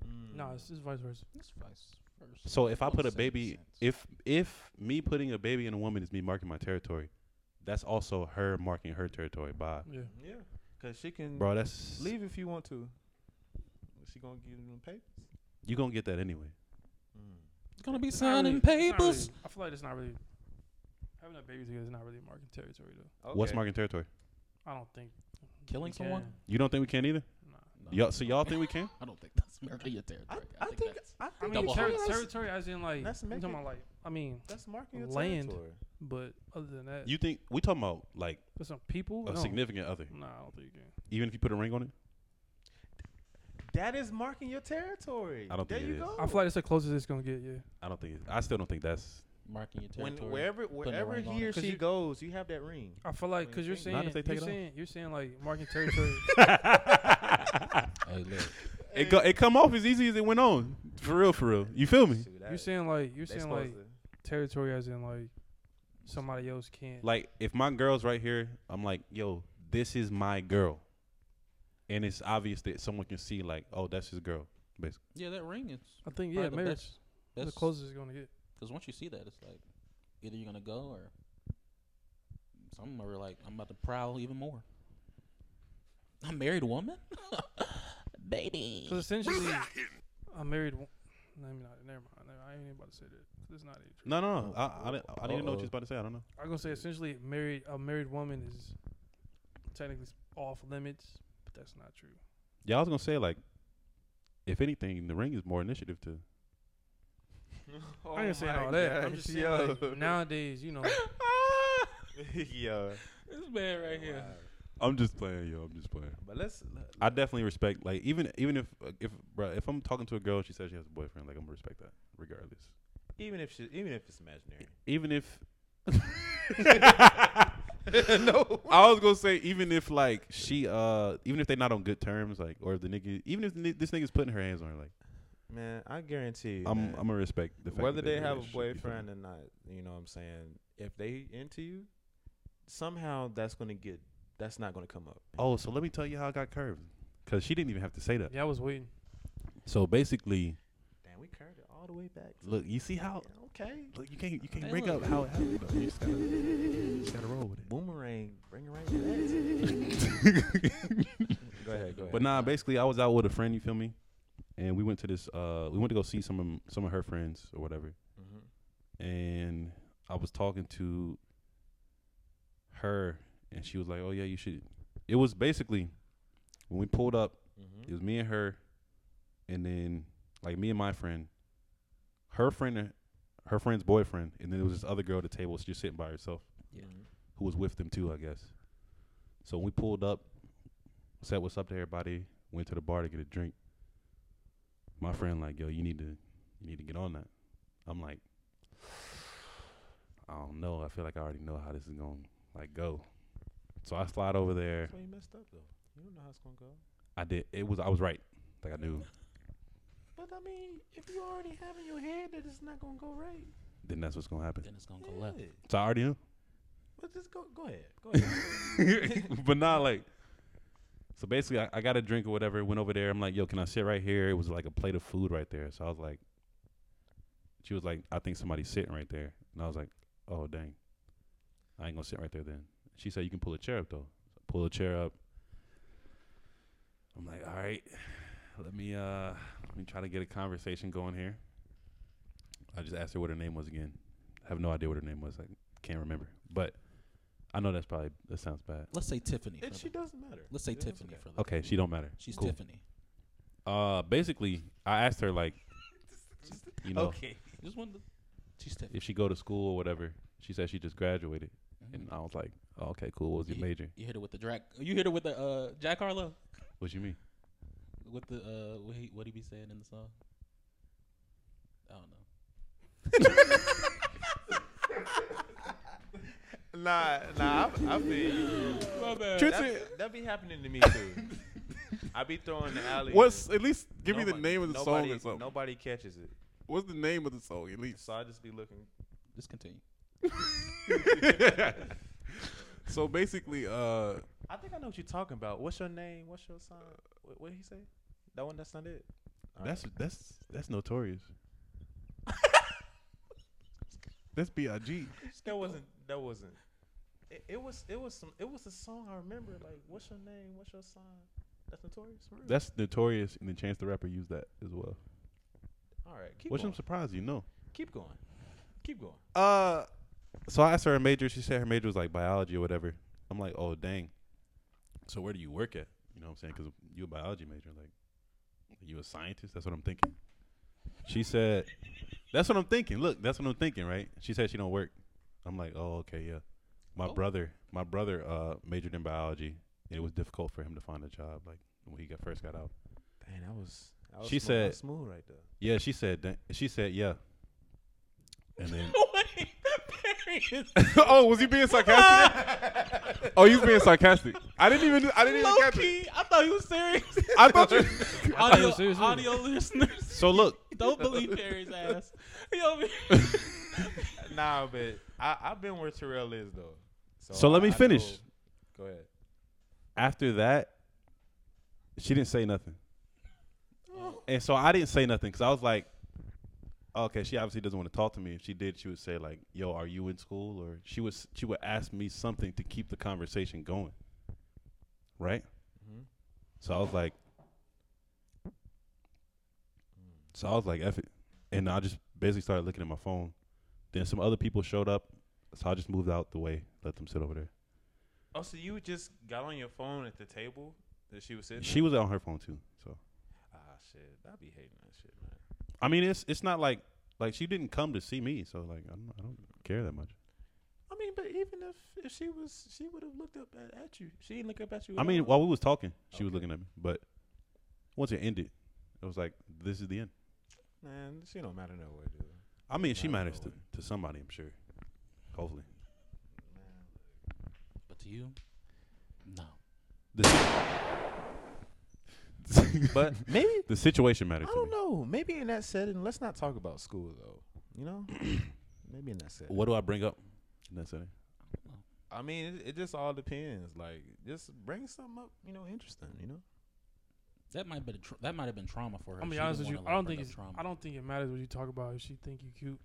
Mm. No, it's just vice versa. That's vice versa. So Oh, if I Don't put a say baby, sense. if if me putting a baby in a woman is me marking my territory, that's also her marking her territory. By Yeah. Yeah, cause she can bro, that's Mm, leave if you want to. She gonna give you them papers. you gonna get that anyway. it's gonna be It's not really- signing it's not really- papers. I feel like it's not really having a baby together is not really marking territory though. What's marking territory? I don't think Killing we someone? can. You don't think we can either? No, Y'all, so y'all think we can? I don't think that's marking your I, territory. I think that's, I I think mean, Double terri- hard. territory as in like That's I'm talking making- about like I mean, that's marking your Land. territory. but other than that, You think we talking about like for some people, a no. significant other? No, I don't think you can. Even if you put a ring on it, That is marking your territory. I don't there think you it go. is. I feel like it's the closest it's gonna get. Yeah, I don't think. It's, I still don't think that's marking your when territory. wherever a wherever ring on he it. or 'Cause she you- goes, you have that ring. I feel When like because you you're think- saying Not if they you're take it off. saying you're saying like marking territory. hey, look, it. Go, it come off as easy as it went on. For real, for real. You feel me? Shoot, you're that- saying like you're they saying like supposed to- territory as in like somebody else can't. like if my girl's right here, I'm like, yo, this is my girl, and it's obvious that someone can see like, oh, that's his girl. Basically, yeah, that ring is I probably think yeah, the marriage best. is That's the closest it's gonna get. Because once you see that, it's like either you're gonna go or some are like, I'm about to prowl even more. A married woman, baby. Because essentially, a married. wo- No, I mean, not- never mind. Never, I ain't even about to say that. 'cause It's not even true. no, no, no. I, I, didn't, I didn't know what you was about to say. I don't know. I'm gonna say essentially, married a married woman is technically off limits, but that's not true. Yeah, I was gonna say like, if anything, the ring is more initiative to. I Oh ain't saying all that. I'm just saying like, nowadays, you know, yeah. this man right here. I'm just playing, yo. I'm just playing. But let's. I definitely respect like even even if uh, if bro if I'm talking to a girl, she says she has a boyfriend, like I'm gonna respect that regardless. Even if she, even if it's imaginary. Even if no. I was gonna say, even if like she, uh, even if they're not on good terms, like, or if the nigga, even if the, ni- this nigga's putting her hands on her, like, Man, I guarantee. You, I'm, man, I'm gonna respect the fact whether that they're they in have a relationship, you feel boyfriend me? or not, you know what I'm saying? If they into you, somehow that's gonna get. That's not gonna come up. Oh, so let me tell you how I got curved, cause she didn't even have to say that. yeah, I was waiting. So basically, Damn, we curved it all the way back. look, you see how, Yeah, okay. look, you can't, you can't Hey, bring look. up how it happened. though. You just gotta, you just gotta roll with it. Boomerang, bring it right back. go ahead. Go ahead. But nah, basically, I was out with a friend. You feel me? and we went to this. Uh, we went to go see some of some of her friends or whatever, Mm-hmm, and I was talking to her, and she was like, "Oh yeah, you should." It was basically when we pulled up. mm-hmm. It was me and her, and then like me and my friend, her friend, and her friend's boyfriend, and then there was this other girl at the table, just sitting by herself, who was with them too, I guess. So when we pulled up, said what's up to everybody, went to the bar to get a drink. My friend like, yo, you need to, you need to get on that. I'm like, I don't know. I feel like I already know how this is gonna like go. So I slide over there. That's why you messed up though. You don't know how it's gonna go. I did. It was. I was right. Like I knew. But I mean, if you already have in your head that it's not gonna go right, Then that's what's gonna happen. Then it's gonna go left. So I already knew. but just go go ahead. Go ahead. but not like. So basically, I, I got a drink or whatever. Went over there. I'm like, yo, can I sit right here? It was like a plate of food right there. So I was like, she was like, I think somebody's sitting right there, and I was like, oh dang, I ain't gonna sit right there then. She said you can pull a chair up though. So I pull a chair up. I'm like, all right, let me uh, let me try to get a conversation going here. I just asked her what her name was again. I have no idea what her name was. I can't remember, but I know that's probably that sounds bad. Let's say Tiffany. It for she the- doesn't matter. Let's say Yeah, that's Tiffany for the. Okay, she don't matter. She's Cool. Tiffany. Uh, basically, I asked her like, you know, Okay. Just wanted to, she's Tiffany. if she go to school or whatever. She said she just graduated, Mm-hmm. and I was like, oh, okay, cool. What was your You- major? You hit her with the Drac. You hit her with the uh, Jack Harlow. What you mean? With the uh, what he what he be saying in the song? I don't know. Nah, nah, I, I feel you. My bad. That, that be happening to me too. I be throwing the alley. What's at least give me the Nobody- name of the nobody- song or something. Nobody catches it, What's the name of the song at least? so I just be looking. Just continue. so basically, uh, I think I know what you're talking about. What's your name? What's your sign? What, what did he say? That one. That's not it. That's that's that's notorious. that's Big. That wasn't. That wasn't. It, it was. It was some. It was a song I remember. Like, what's your name? What's your sign? That's notorious. For real? That's notorious, and the Chance the Rapper used that as well. All right. Keep Which going. I'm surprised you know. keep going. Keep going. Uh, so I asked her her major. She said her major was like biology or whatever. I'm like, oh dang. So where do you work at? You know what I'm saying? Because you a biology major, like you a scientist. That's what I'm thinking. She said, that's what I'm thinking. Look, that's what I'm thinking, right? She said she don't work. I'm like, oh okay, yeah. My brother, my brother, uh, majored in biology, and it was difficult for him to find a job. Like when he got first got out. Dang, that was. That was She smooth, that said- was "Smooth right there." Yeah, she said. that- She said, yeah. And then Wait, Barry is oh, was he being sarcastic? oh, you was being sarcastic. I didn't even. I didn't even low catch it. key. I thought he was serious. I thought you. audio, audio listeners, so look, don't believe Perry's ass. He over Nah, but I, I've been where Terrell is though. So let me finish. know- Go ahead. after that, she didn't say nothing. And so I didn't say nothing because I was like, okay, she obviously doesn't want to talk to me. If she did, she would say like, "Yo, are you in school?" Or she was she would ask me something to keep the conversation going, right? So I was like, so I was like, "F it," and I just basically started looking at my phone. Then some other people showed up, so I just moved out the way, let them sit over there. Oh, so you just got on your phone at the table that she was sitting. She was on her phone too, so. at? Ah, shit. I be hating that shit, man. I mean, it's it's not like like she didn't come to see me, so like I don't, I don't care that much. I mean, but even if if she was, she would have looked up at, at you. She didn't look up at you. I at mean, all. while we was talking, she was looking at me, but once it ended, it was like this is the end. man, she don't matter no way, dude. I mean, she matters to, to somebody, I'm sure. Hopefully, But to you, no. but Maybe the situation mattered I to don't me. know. Maybe in that setting, let's not talk about school though. You know, maybe in that setting. What do I bring up? in that setting? I mean, it, it just all depends. Like, just bring something up, you know, interesting. You know, That might be the tra- that might have been trauma for her. I'm gonna She be honest with didn't you. wanna, I don't like, think bring it's, up trauma. I don't think it matters what you talk about if she think you cute.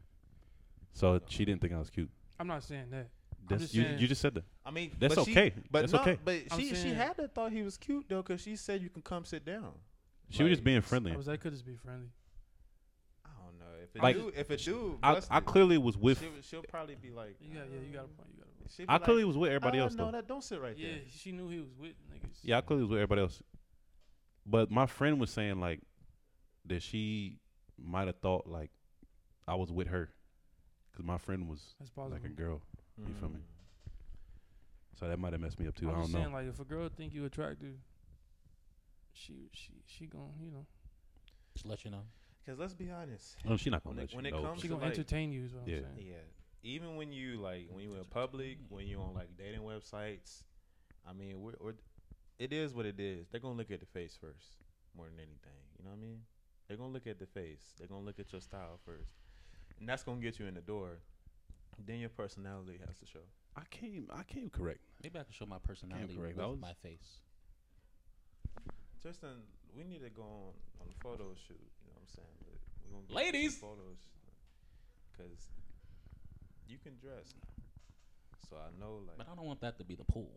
So she didn't think I was cute. I'm not saying that. That's, just you, saying- you just said that. I mean, That's but she- okay. but That's no, okay. But I'm she she saying- had that thought he was cute though, cause she said you can come sit down. She was just being friendly. I was like, could just be friendly. I don't know. If a Like, dude, if a dude, I, busted, I clearly was with. she'll, she'll probably be like, You got, yeah, you got a point. You got a point. she'd be I like, clearly was with everybody uh, else No, though. that don't sit right yeah, there. she knew he was with niggas. Yeah, I clearly was with everybody else. But my friend was saying like that she might have thought like I was with her because my friend was That's like a possible. girl. You feel me? Mm. So that might have messed me up too. I I'm don't just know. saying, like, if a girl think you attractive, she she she gon' you know Just let you know. Because let's be honest. Oh, she not gonna When let it, you when it know. comes she to gonna like, entertain you. Is what Yeah. I'm saying. Yeah. Even when you like when you in public, when you on like dating websites, I mean, we're, we're it is what it is. They're gonna look at the face first, more than anything. You know what I mean? They're gonna look at the face. They're gonna look at your style first, and that's gonna get you in the door. Then your personality has to show. I came. I came correct. Maybe I can show my personality correct. with That was- my face. Tristan, we need to go on on a photo shoot. You know what I'm saying? Like, We're gonna get some Ladies! photos, because you can dress. So I know, like, But I don't want that to be the pool.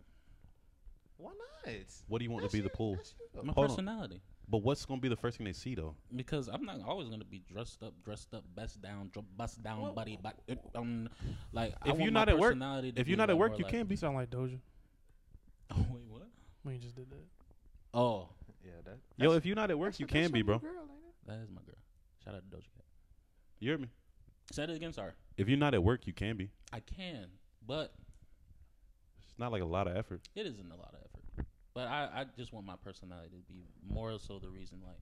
why not? What do you want to be the pool? My Hold on. personality. But what's gonna be the first thing they see though? Because I'm not always gonna be dressed up, dressed up, best down, dr- bust down, buddy. But um, like I If want you're my not at work, personality to if be you're not at like work, more you like- can't You be. sound like Doja Wait, what? when you just did that. Oh, Yeah, that. Yo, if you're not at work, you can be, bro. that is my girl. Shout out to Doja Cat. You hear me? Say it again. Sorry, If you're not at work, you can be. I can, but It's not like a lot of effort. it isn't a lot of effort. But I, I just want my personality to be more so the reason like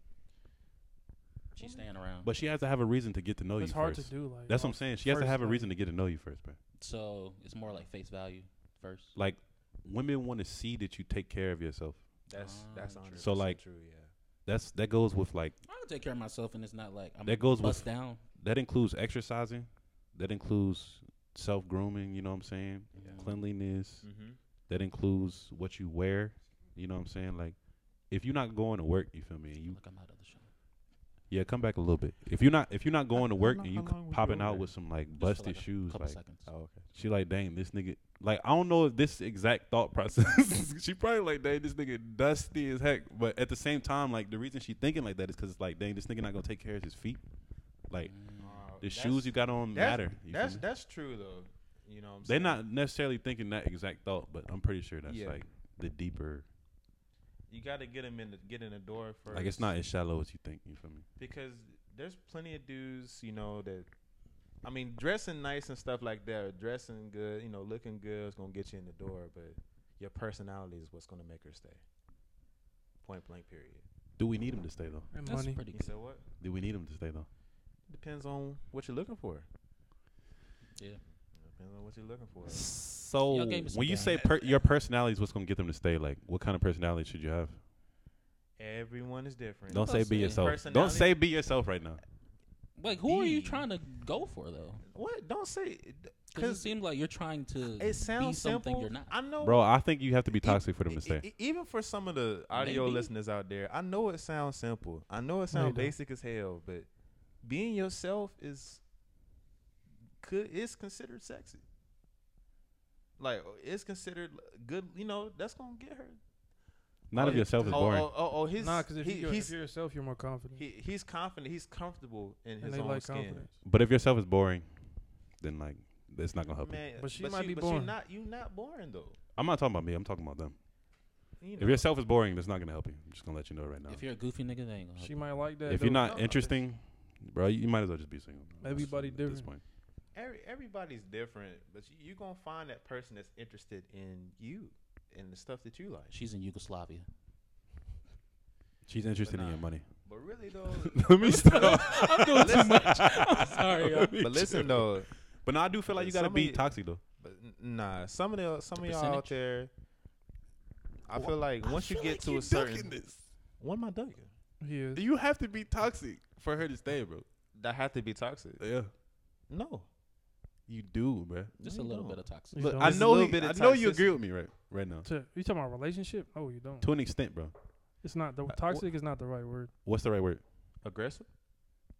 she's staying around. But she has to have a reason to get to know It's Oh, you hard first. to do. Like That's what I'm off saying. She has to first, have a like- reason to get to know you first, bro. so it's more like face value first. Like women want to see that you take care of yourself. That's Ah, that's true. honestly So, like- true. Yeah. That's that goes with like I can take care of myself, and it's not like I'm That goes with- bust down. that includes exercising, that includes self grooming. You know what I'm saying? Mm. Cleanliness. Mm-hmm. That includes what you wear. You know what I'm saying? Like if you're not going to work, you feel me? And you Look, I'm out of the show. yeah, come back a little bit. If you're not if you're not going to work long- and you how c- long was popping your out work? with some like for busted like a shoes, Couple like uh, seconds. Oh, okay. she like, dang, this nigga. Like I don't know if this exact thought process. she probably like, dang, this nigga dusty as heck. But at the same time, like the reason she thinking like that is because it's like, dang, this nigga not gonna take care of his feet. Like the shoes you got on Mm. Mm-hmm. Uh, that's, matter. you feel That's me? that's true though. You know what I'm They're saying? not necessarily thinking that exact thought, but I'm pretty sure that's Yeah. like the deeper. You got to get them in the get in the door first. Like it's not as shallow as you think. You feel me? because there's plenty of dudes you know that. I mean, dressing nice and stuff like that, or dressing good, you know, looking good is gonna get you in the door, but your personality is what's gonna make her stay. Point blank, period. Do we need him to stay though? and That's money. pretty You good. said what? Do we need him to stay though? Depends on what you're looking for. Yeah. Depends on what you're looking for. So Y'all gave us a when you down. say per- your personality is what's gonna get them to stay, like what kind of personality should you have? Everyone is different. Don't say be Yeah. yourself. Don't Personality- say be yourself right now. Like, who are you Indeed. trying to go for though? What? Don't say. Because it Because seems like you're trying to it be sounds something simple. you're not. I know, Bro, I think you have to be E- toxic for them e- to stay. e- even for some of the audio Maybe. listeners out there, I know it sounds simple. I know it No, you sounds don't. basic as hell, but being yourself is could is considered sexy. Like it's considered good. You know that's gonna get her. Not of Oh, yourself is oh, boring. Oh, oh, oh, his Nah, because if, he, you, if he's you're yourself, you're more confident. he, he's confident. He's comfortable in and his they own like skin. confidence. But if yourself is boring, then like that's not gonna help you. Man, But she might be but boring. You not you not boring though. I'm not talking about me. I'm talking about them. You know. If yourself is boring, that's not gonna help you. I'm just gonna let you know right now. If you're a goofy nigga, they ain't gonna. She help might like that. If you're though. not no, interesting, bro, you, you might as well just be single. That's- Everybody at this different. point. Every, everybody's different, but you, you gonna find that person that's interested in you and the stuff that you you. like. She's in Yugoslavia. She's interested in nah. your money. But really though, Let me stop. I'm doing too much. I'm sorry, yo. but listen though, But no, I do feel like you gotta be Somebody- toxic though. but n- nah, some of the some The of y'all out percentage? there, I feel like once you get to a certain, what am I dunking? he is. You have to be toxic for her to stay, bro. That had to be toxic. Yeah. No, You do, bro. Just a No, you little don't. bit of toxic. You Look, don't. I It's a know, little he- bit I of know you toxicity. agree with me right right now To- you talking about relationship? Oh, you don't. to an extent, bro. It's not Uh, the toxic is not the right word. What's the right word? aggressive,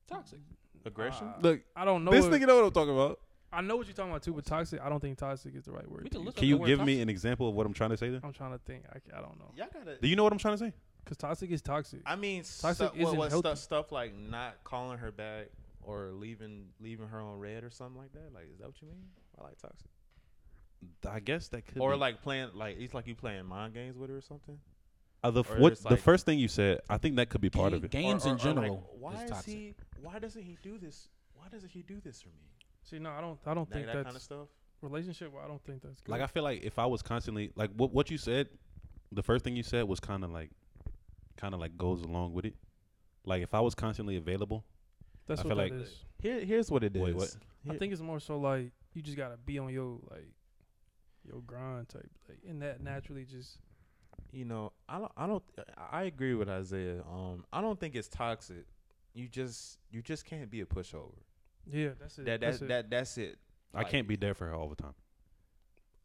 Toxic. aggression. Uh, Look, I don't know. this what- nigga know what I'm talking about. I know what you're talking about too, but toxic. I don't think toxic is the right word. We to can use. look up Can the you word give me toxic. an example of what I'm trying to say? Then I'm trying to think. I, ca- I don't know. Y'all gotta. do you know what I'm trying to say? Because toxic is toxic. I mean, toxic stu- isn't what, what healthy. stuff, stuff like not calling her back or leaving leaving her on red or something like that. Like, is that what you mean? I like toxic. I guess that could or be- like playing like it's like you playing mind games with her or something. Uh, the f- Or what it's the like- first thing you said, I think that could be part of it. games Or- or- in or, general like, why is is toxic. he? Why doesn't he do this? Why doesn't he do this for me? See, no, I don't. I don't That- think that that's kinda stuff? Relationship, well, I don't think that's good. Like I feel like if I was constantly like what what you said, the first thing you said was kind of like, kind of like goes along with it. Like if I was constantly available, That's I what feel that like is. Here, here's what it is. Wait, what? I think it's more so like you just gotta be on your like your grind type, like, and Mm-hmm. that naturally just you know, I don't, I don't, I agree with Isaiah. Um, I don't think it's toxic. You just, you just can't be a pushover. Yeah, that's it. That, That's that, it. that, that's it. I can't be there for her all the time.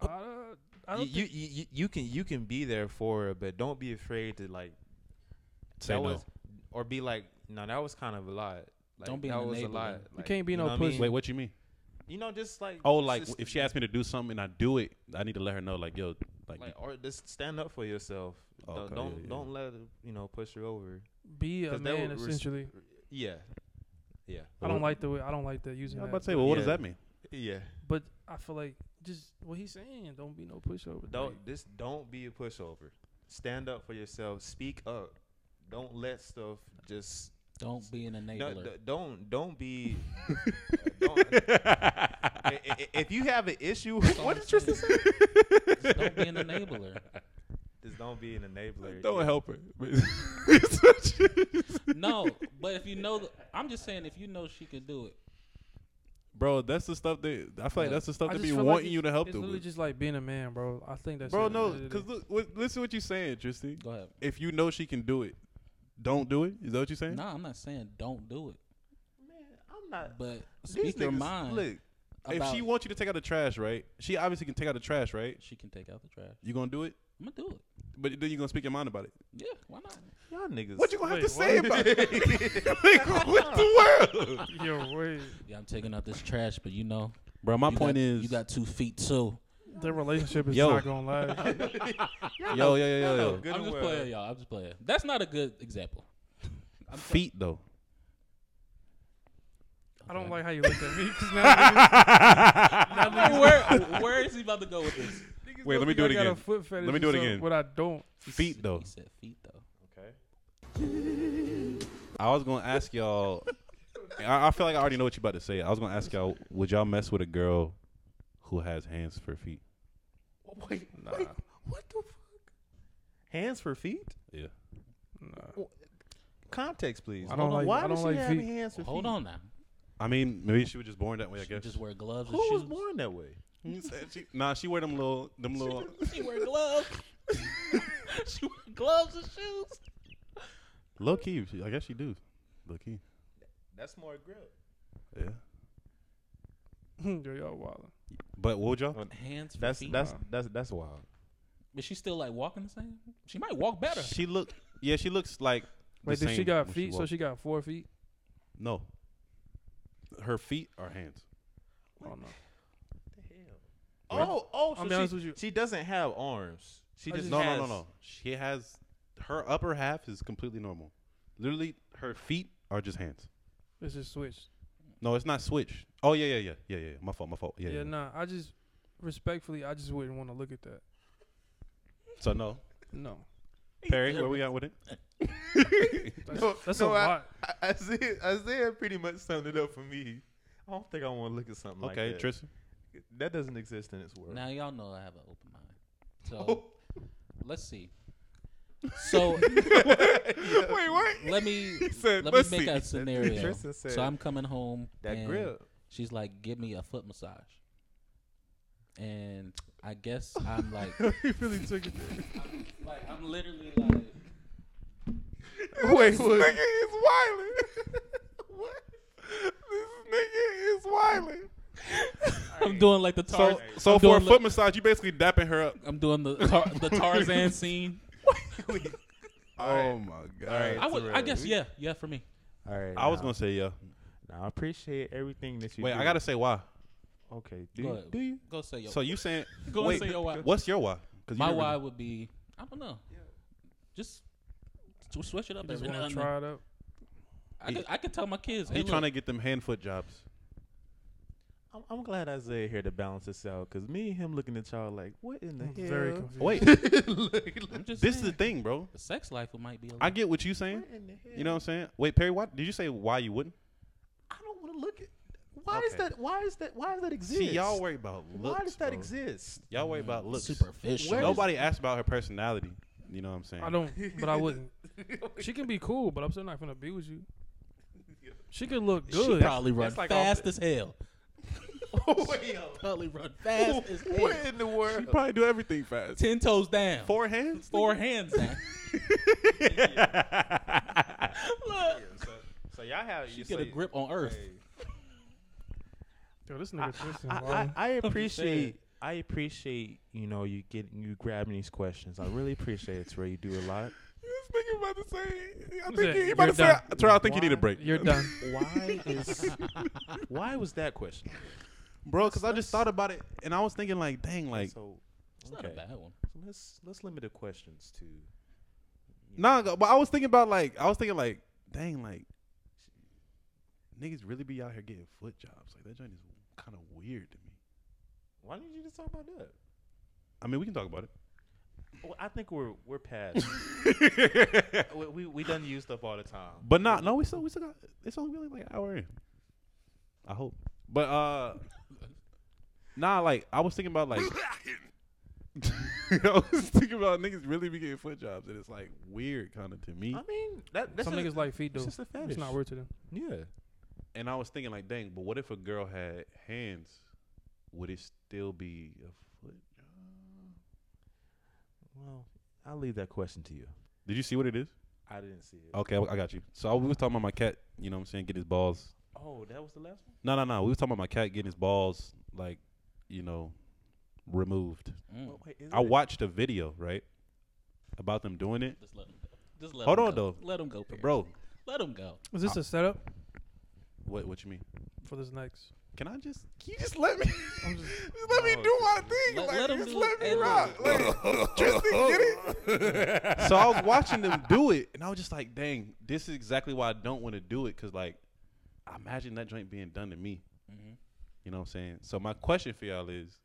I, I don't you, you, you, you can, you can be there for her, but don't be afraid to like Say that no. was, or be like, no, that was kind of a lot. Like, Don't be that an was a enabler. lot. You Like, can't be you no know what I mean? pussy. Wait, what you mean? You know, just like Oh, like just- if she asks me to do something and I do it, I need to let her know, like, yo, like, like, or just stand up for yourself. Don't- Okay, don't, yeah, yeah. don't let it, you know push you over. be a 'Cause that man would res- uh, essentially. Yeah, yeah. I don't like the way I don't like that using. Yeah, I'm that, about to say, well, what does Yeah. that mean? Yeah. But I feel like just what he's saying. Don't be no pushover. Don't like, this. Don't be a pushover. Stand up for yourself. Speak up. Don't let stuff just. Don't be an enabler. No, d- don't don't be. don't, I- I- if you have an issue, what did Tristan say? Just don't be an enabler. Just don't be an enabler. Don't Yeah. help her. No, but if you know, th- I'm just saying, if you know she could do it, bro. That's the stuff that I feel like. That's the stuff I that just be feel like wanting it's- you to help It's them. literally with. just like being a man, bro. I think that's Bro, it. no, It is. because look, what, listen what you're saying, Tristan. go ahead. If you know she can do it, don't do it. Is that what you're saying? No, I'm not saying don't do it, Eh? I'm not. but These speak your niggas- mind. Look, If she about- wants you to take out the trash, right? She obviously can take out the trash, right? she can take out the trash. You gonna do it, I'm gonna do it. but then you gonna speak your mind about it. Yeah, why not? y'all niggas. What you gonna have to Wait, say about it? like, what the world? Yo, wait. Yeah, I'm taking out this trash, but you know, Bro, my you point got- is, you got two feet too. Their relationship is Yo. not gonna last. yo, yo, yo, yo, yo. good I'm and just well. playing, y'all. I'm just playing. That's not a good example. I'm sorry. feet though. I don't Okay. like how you look at me. 'cause now where where is he about to go with this? niggas Wait, let gonna me think do it I got a again. foot fetish Let me or do it something, again. What I don't. Feet though. He said feet though. Okay. I was gonna ask y'all. I, I feel like I already know what you about to say. I was gonna ask y'all, would y'all mess with a girl who has hands for feet? Wait, wait. What the fuck? Hands for feet? Yeah. Context, please. I don't Hold on, like- Why I does don't she like have feet. hands for Hold feet? on now. I mean, maybe she was just born that way. I She guess. just wear gloves Who and was shoes. born that way? nah, she wear them little, them little. She wear gloves. she wear gloves and shoes. Low key, she, I guess she do. Low key. That's more grip. Yeah. Yo, y'all wildin'. But what would y'all? Hands. For That's feet. that's that's that's wild. But she still like walking the same. She might walk better. She look. Yeah, she looks like. the Wait, did she same got when feet? so walk. she got four feet? no. Her feet are hands. I don't know. Oh, oh, I'll so be honest she, with you. she doesn't have arms. She I just No, has, no, no, no. She has her upper half is completely normal. Literally, her feet are just hands. It's just switched. No, it's not switch. Oh yeah, yeah, yeah, yeah, yeah. My fault, my fault. Yeah, Yeah, yeah. nah. I just respectfully, I just wouldn't want to look at that. So no, No, Perry, where we at with it? that's, No, that's no, a I- lot. I- Isaiah, Isaiah pretty much summed it up for me. I don't think I want to look at something Okay, like that. Tristan. That doesn't exist in this world. Now y'all know I have an open mind. So let's see. So Wait, what? let me said, let me "Let's make see." a scenario. Tristan said, so I'm coming home. That and grip. She's like, give me a foot massage. And I guess I'm like, he really took it. there. like I'm literally like, Wait, what? nigga is wilding. what? This nigga is wilding. I'm doing like the tar- So, so I'm for doing a the- foot massage, you basically dapping her up. I'm doing the tar- the Tarzan scene. Oh my god! I would, I guess, yeah, yeah, for me. All right. I was now- gonna say yeah. now I appreciate everything that you. Wait, do. I gotta say why. Okay. Do Go you, ahead. do you? Go say your. So you saying? go and wait, say your why. What's your why? 'Cause you My didn't why really- would be, I don't know, just So switch it up. You just every now wanna and try it then. up. I could, I could tell my kids. He Hey, trying look, to get them hand foot jobs. I'm, I'm glad Isaiah here to balance this out because me and him looking at y'all like, what in the Mm-hmm. I'm hell? very confused. Wait, I'm this just is the saying. thing, bro. The sex life might be. a I little- get what you saying. You know what I'm saying? Wait, Perry, why did you say why you wouldn't? I don't want to look at. Why is Okay. that? Why is that? Why does that exist? See, y'all worry about looks. Why does that bro. exist? Y'all worry about looks. Superficial. Where does- Nobody asked about her personality. You know what I'm saying? I don't, but I wouldn't. she can be cool, but I'm still not gonna be with you. She could look good. She probably run That's like fast off as hell. Probably run fast as hell. What in the world? She probably do everything fast. Ten toes down. Four hands. Four hands down. Look. So, so y'all have She you get a say- grip on earth. Hey, Yo, this I, nigga Tristan, I- wild. I- I just appreciate. I appreciate you know you getting you grabbing these questions. I really appreciate it, Terrell. You do a lot. This nigga about to say. I Who's think that? he, he about You're to say. done. Terrell, I think you need a Why? break. You're done. Why is? why was that question? bro. Because I just thought about it and I was thinking like, dang, like, So It's not okay. a bad one. So let's let's limit the questions to. nah. But I was thinking about like, I was thinking like, dang, like, niggas really be out here getting foot jobs. Like that joint is kind of weird to me. Why didn't you just talk about that? I mean, we can talk about it. Well, I think we're we're past. we, we we done used up all the time. But not no, we still we still got it's only really like an hour in. I hope. But uh Nah, like I was thinking about like I was thinking about niggas really be getting foot jobs and it's like weird kinda to me. I mean that that's Some just- niggas like feet though. it's It's, just a fetish. not weird to them. Yeah. And I was thinking like dang, but what if a girl had hands? Would it still be a foot job? Well, I'll leave that question to you. Did you see what it is? I didn't see it. Okay, I got you. So I, we was talking about my cat, you know what I'm saying, get his balls Oh, that was the last one. No, no, no. We was talking about my cat getting his balls, like, you know, removed. Mm. Well, Oh, wait, is I it- watched a video, right, about them doing it. Just let him go. Just let Hold him on, go. though. Let him go, Perry. Bro, Let him go. Is this a setup what what you mean? for this next? Can I just? Can you just let me? I'm just Just let me do my thing. Let- like, let him just do- let me hey, look. rock. Like, Tristan, get it? so I was watching them do it, and I was just like, "Dang, this is exactly why I don't want to do it." Cause like, I imagine that joint being done to me. Mhm. You know what I'm saying? So my question for y'all is,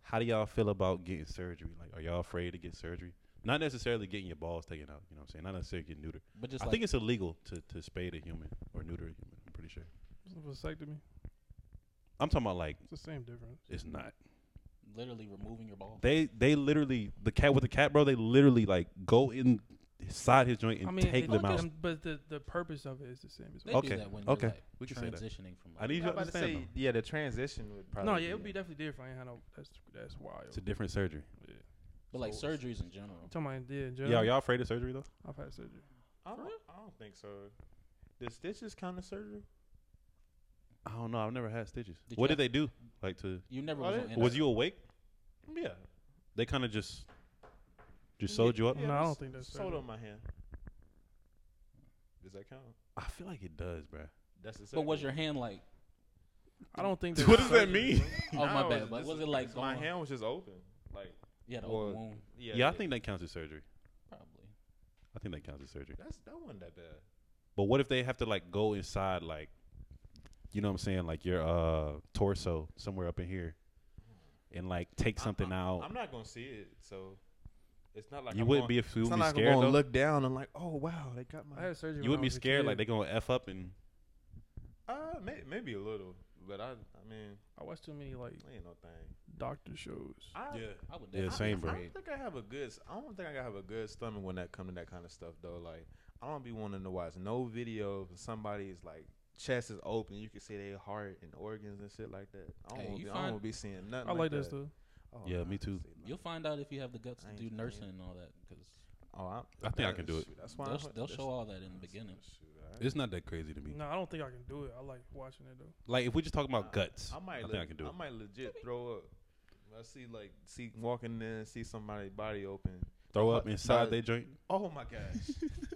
how do y'all feel about getting surgery? Like, are y'all afraid to get surgery? Not necessarily getting your balls taken out. You know what I'm saying? Not necessarily getting neutered. But just I like, think it's illegal to, to spade a human or neuter a human. I'm pretty sure. Vasectomy. I'm talking about like It's the same difference. it's not. literally removing your ball. They they literally the cat with the cat, bro. They literally like go inside his joint and take it- them out. um, But the, the purpose of it is the same as They well. do okay, that when you're, okay. like, We can say that. transitioning from. I need you I'm to about to understand. say, though. yeah, the transition would probably. No, yeah, it would be that. definitely different. I ain't had no. That's that's wild. It's a different surgery. But like surgeries in general. Talking about yeah, in Yeah, general. are y'all afraid of surgery though? I've had surgery. I don't, I don't think so. The stitches count as surgery? I don't know. I've never had stitches. Did what you uh, did they do? Like to You never Are was. they- on was NSF. you awake? Yeah. They kind of just just sewed you up. No, I don't think that's sold surgery. on my hand. Does that count? I feel like it does, bro. That's the. But was surgery. your hand like? I don't think. What does that's that surgery. mean? Oh my No, bad. But this was is- it like this- my going- hand was just open? Like Yeah, the Or- open wound. yeah. Yeah, I it- think that counts as surgery. Probably. I think that counts as surgery. that's that wasn't that bad. But what if they have to like go inside like you know what I'm saying, like your uh torso somewhere up in here and like take I- something I, out. I'm not gonna see it, so it's not like you I'm wouldn't gonna- be if you It's would not be like I'm scared gonna though. look down and like, oh wow, they got my. I had surgery. you when wouldn't I be was a scared kid. like they gonna F up and Uh, may, maybe a little, but I, I mean, I watched too many like ain't no thing. doctor shows. I, I would. Yeah, Definitely. same I bro. don't think I have a good. s- I don't think I have a good stomach when that come to that kind of stuff though. Like I don't be wanting to watch no video of somebody's like chest is open. You can see their heart and organs and shit like that. I don't. Hey, wanna you be, I find- don't wanna be seeing nothing. I like that this though. Oh, Yeah, nah, me I too. see nothing. You'll find out if you have the guts I to ain't do playing. nursing and all that because Oh, I, I think I can do it. shoot, That's why they'll, I'm- they'll that's- show all that in the beginning. shoot, I- It's not that crazy to me. No, I don't think I can do it. I like watching it though. Like if we're just talking about I- guts, I might. I le- think I can do it. might legit throw up. I see like see walking in and see somebody's body open. Throw up but- inside but- their joint. Oh my gosh!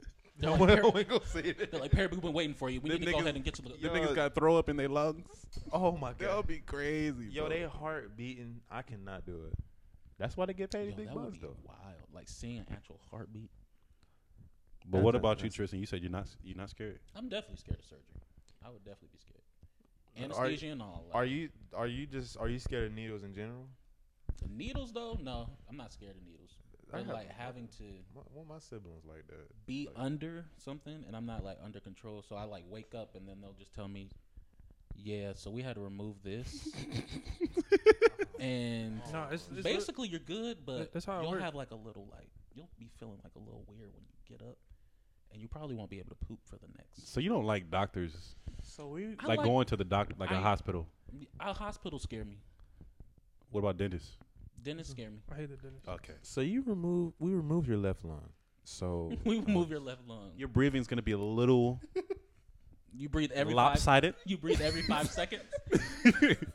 They're I like, Perry, ain't gonna see they're it. like Perry, we've been waiting for you. We Them need to go niggas- ahead and get you. The, Yo, Them niggas got throw up in their lungs. Oh my That'll god! be crazy. Yo, bro. they heart beating. I cannot do it. That's why they get paid Yo, big that would bucks be though. wild. Like seeing an actual heartbeat. But what about you, Tristan? You said you're not you're not scared. I'm definitely scared of surgery. I would definitely be scared. Are- Anesthesia and all. Are you are you just are you scared of needles in general? Needles though, no, I'm not scared of needles. I But have- like having to My, one of my siblings like that. be Like- under something, and I'm not like under control, so I like wake up and then they'll just tell me, "Yeah, so we had to remove this." and No, it's- it's basically you're good, Th- but that's how it you'll work. have like a little like you'll be feeling like a little weird when you get up, and you probably won't be able to poop for the next. So you don't like doctors. So we I like, like- going to the doctor, like a I- hospital. A hospital scare me. What about dentists? Dentists scare me. I hate the dentist. Okay. So you remove we remove your left lung. So we remove your left lung. Your breathing's gonna be a little. You breathe every Lopsided? Five, you breathe every five seconds.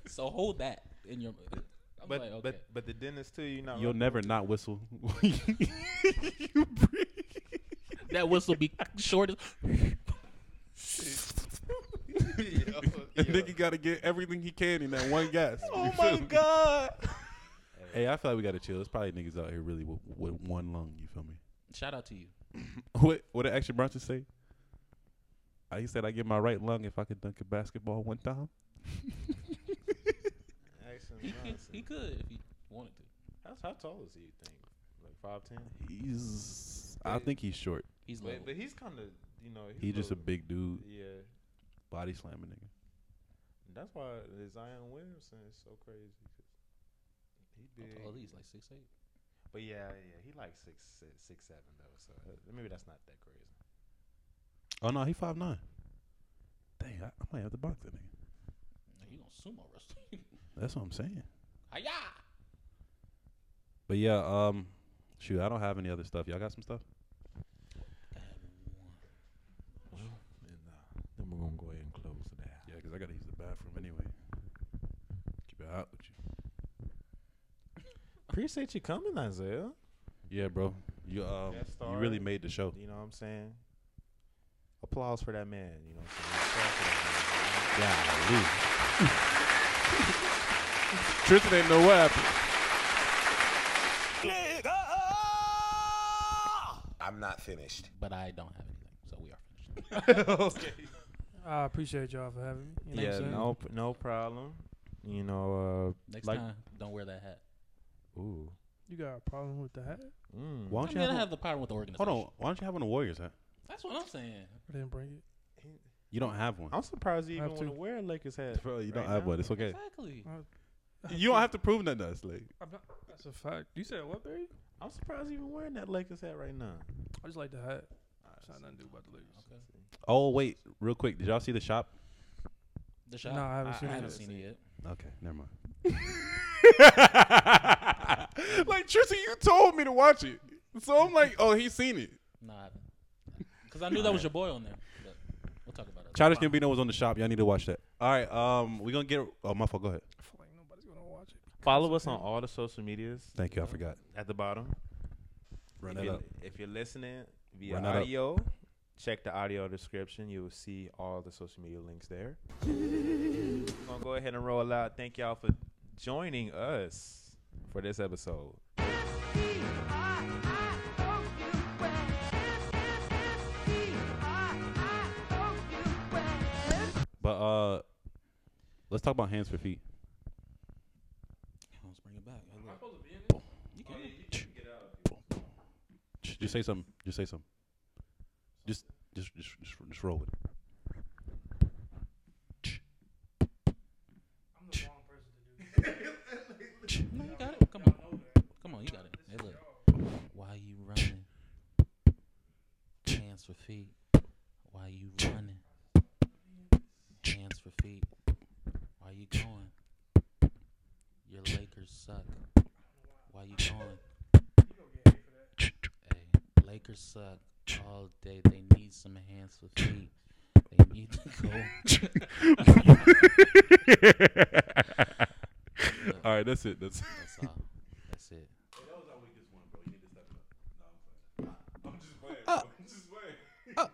so hold that in your. I'm But like, okay. but but the dentist too. You not. You'll rep- never not whistle. that whistle be short. as- And nigga gotta get everything he can in that one gas. Oh my god. Hey, I feel like we gotta chill. There's probably niggas out here really with, with one lung. You feel me? Shout out to you. What what did Action Bronson say? I he said I get my right lung if I could dunk a basketball one time. He could, he could if he wanted to. How, how tall is he? You think like five ten? He's I think he's short. He's But, level. but he's kind of you know he's He just a little- big dude. Yeah, Body slamming nigga. that's why the Zion Williamson is so crazy. 'cause He big, Oh, he's like six eight. but yeah, yeah, he like six se- six seven though. So uh, maybe that's not that crazy. Oh no, he five nine. Dang, I, I might have to box that nigga. You gonna sumo wrestle? That's what I'm saying. Hiya! But yeah, um, shoot, I don't have any other stuff. Y'all got some stuff? And uh, then we're gonna go ahead and close it out. Yeah, because I gotta use the bathroom anyway. Keep it hot with you. Appreciate you coming, Isaiah. Yeah, bro. You um, Guest you really star. made the show. You know what I'm saying? Applause for that man. You know what I'm saying? Applause for that man. Golly. Tristan ain't know what happened. I'm not finished. But I don't have anything, so we are finished. I appreciate y'all for having me. You know what yeah, I'm saying? no, p- no problem. You know, uh, Next like, time, don't wear that hat. ooh, You got a problem with the hat? mm. Why I don't you mean, I have, have the power with the a- organization. hold on? Why don't you have one of Warriors hat? That's what I'm saying. I didn't bring it. You don't have one, I'm surprised you I even have want to to. wear a Lakers hat. bro. You right don't have now. one. It's okay. Exactly. You don't have to prove nothing to us, like. I'm not, that's a fact. You said what, Barry? I'm surprised you even wearing that Lakers hat right now. I just like the hat. It's not nothing to do about the Lakers. Oh wait, real quick. Did y'all see the shop? The shop. No, I haven't seen I it haven't yet. seen it yet. Okay, never mind. Like Tristan, you told me to watch it, so I'm like, oh, he's seen it. No, I haven't. Because I knew that was your boy on there. But we'll talk about it. Childish Gambino was on the shop. Y'all need to watch that. All right, um, we're gonna get. Oh, my fault. Go ahead. I feel like nobody's gonna watch it. Follow us on all the social medias Thank you. I forgot. at the bottom. Run if that you're, up. If you're listening via Run that up. audio, check the audio description. You will see all the social media links there. We're gonna go ahead and roll out. Thank y'all for joining us for this episode. But uh, let's talk about hands for feet. Let's bring it back. Sh- Just say something. Just say something. Just, just, just, just, just roll with it. No, you got it. Come on. Come on, you got it. Hey, look. Why you running? Hands for feet. Why you running? Hands for feet. Why you going? Your Lakers suck. Why you going? Hey, Lakers suck all day. They need some hands for feet. They need to go. All right, that's it. That's. It. That's all. That's it. Uh,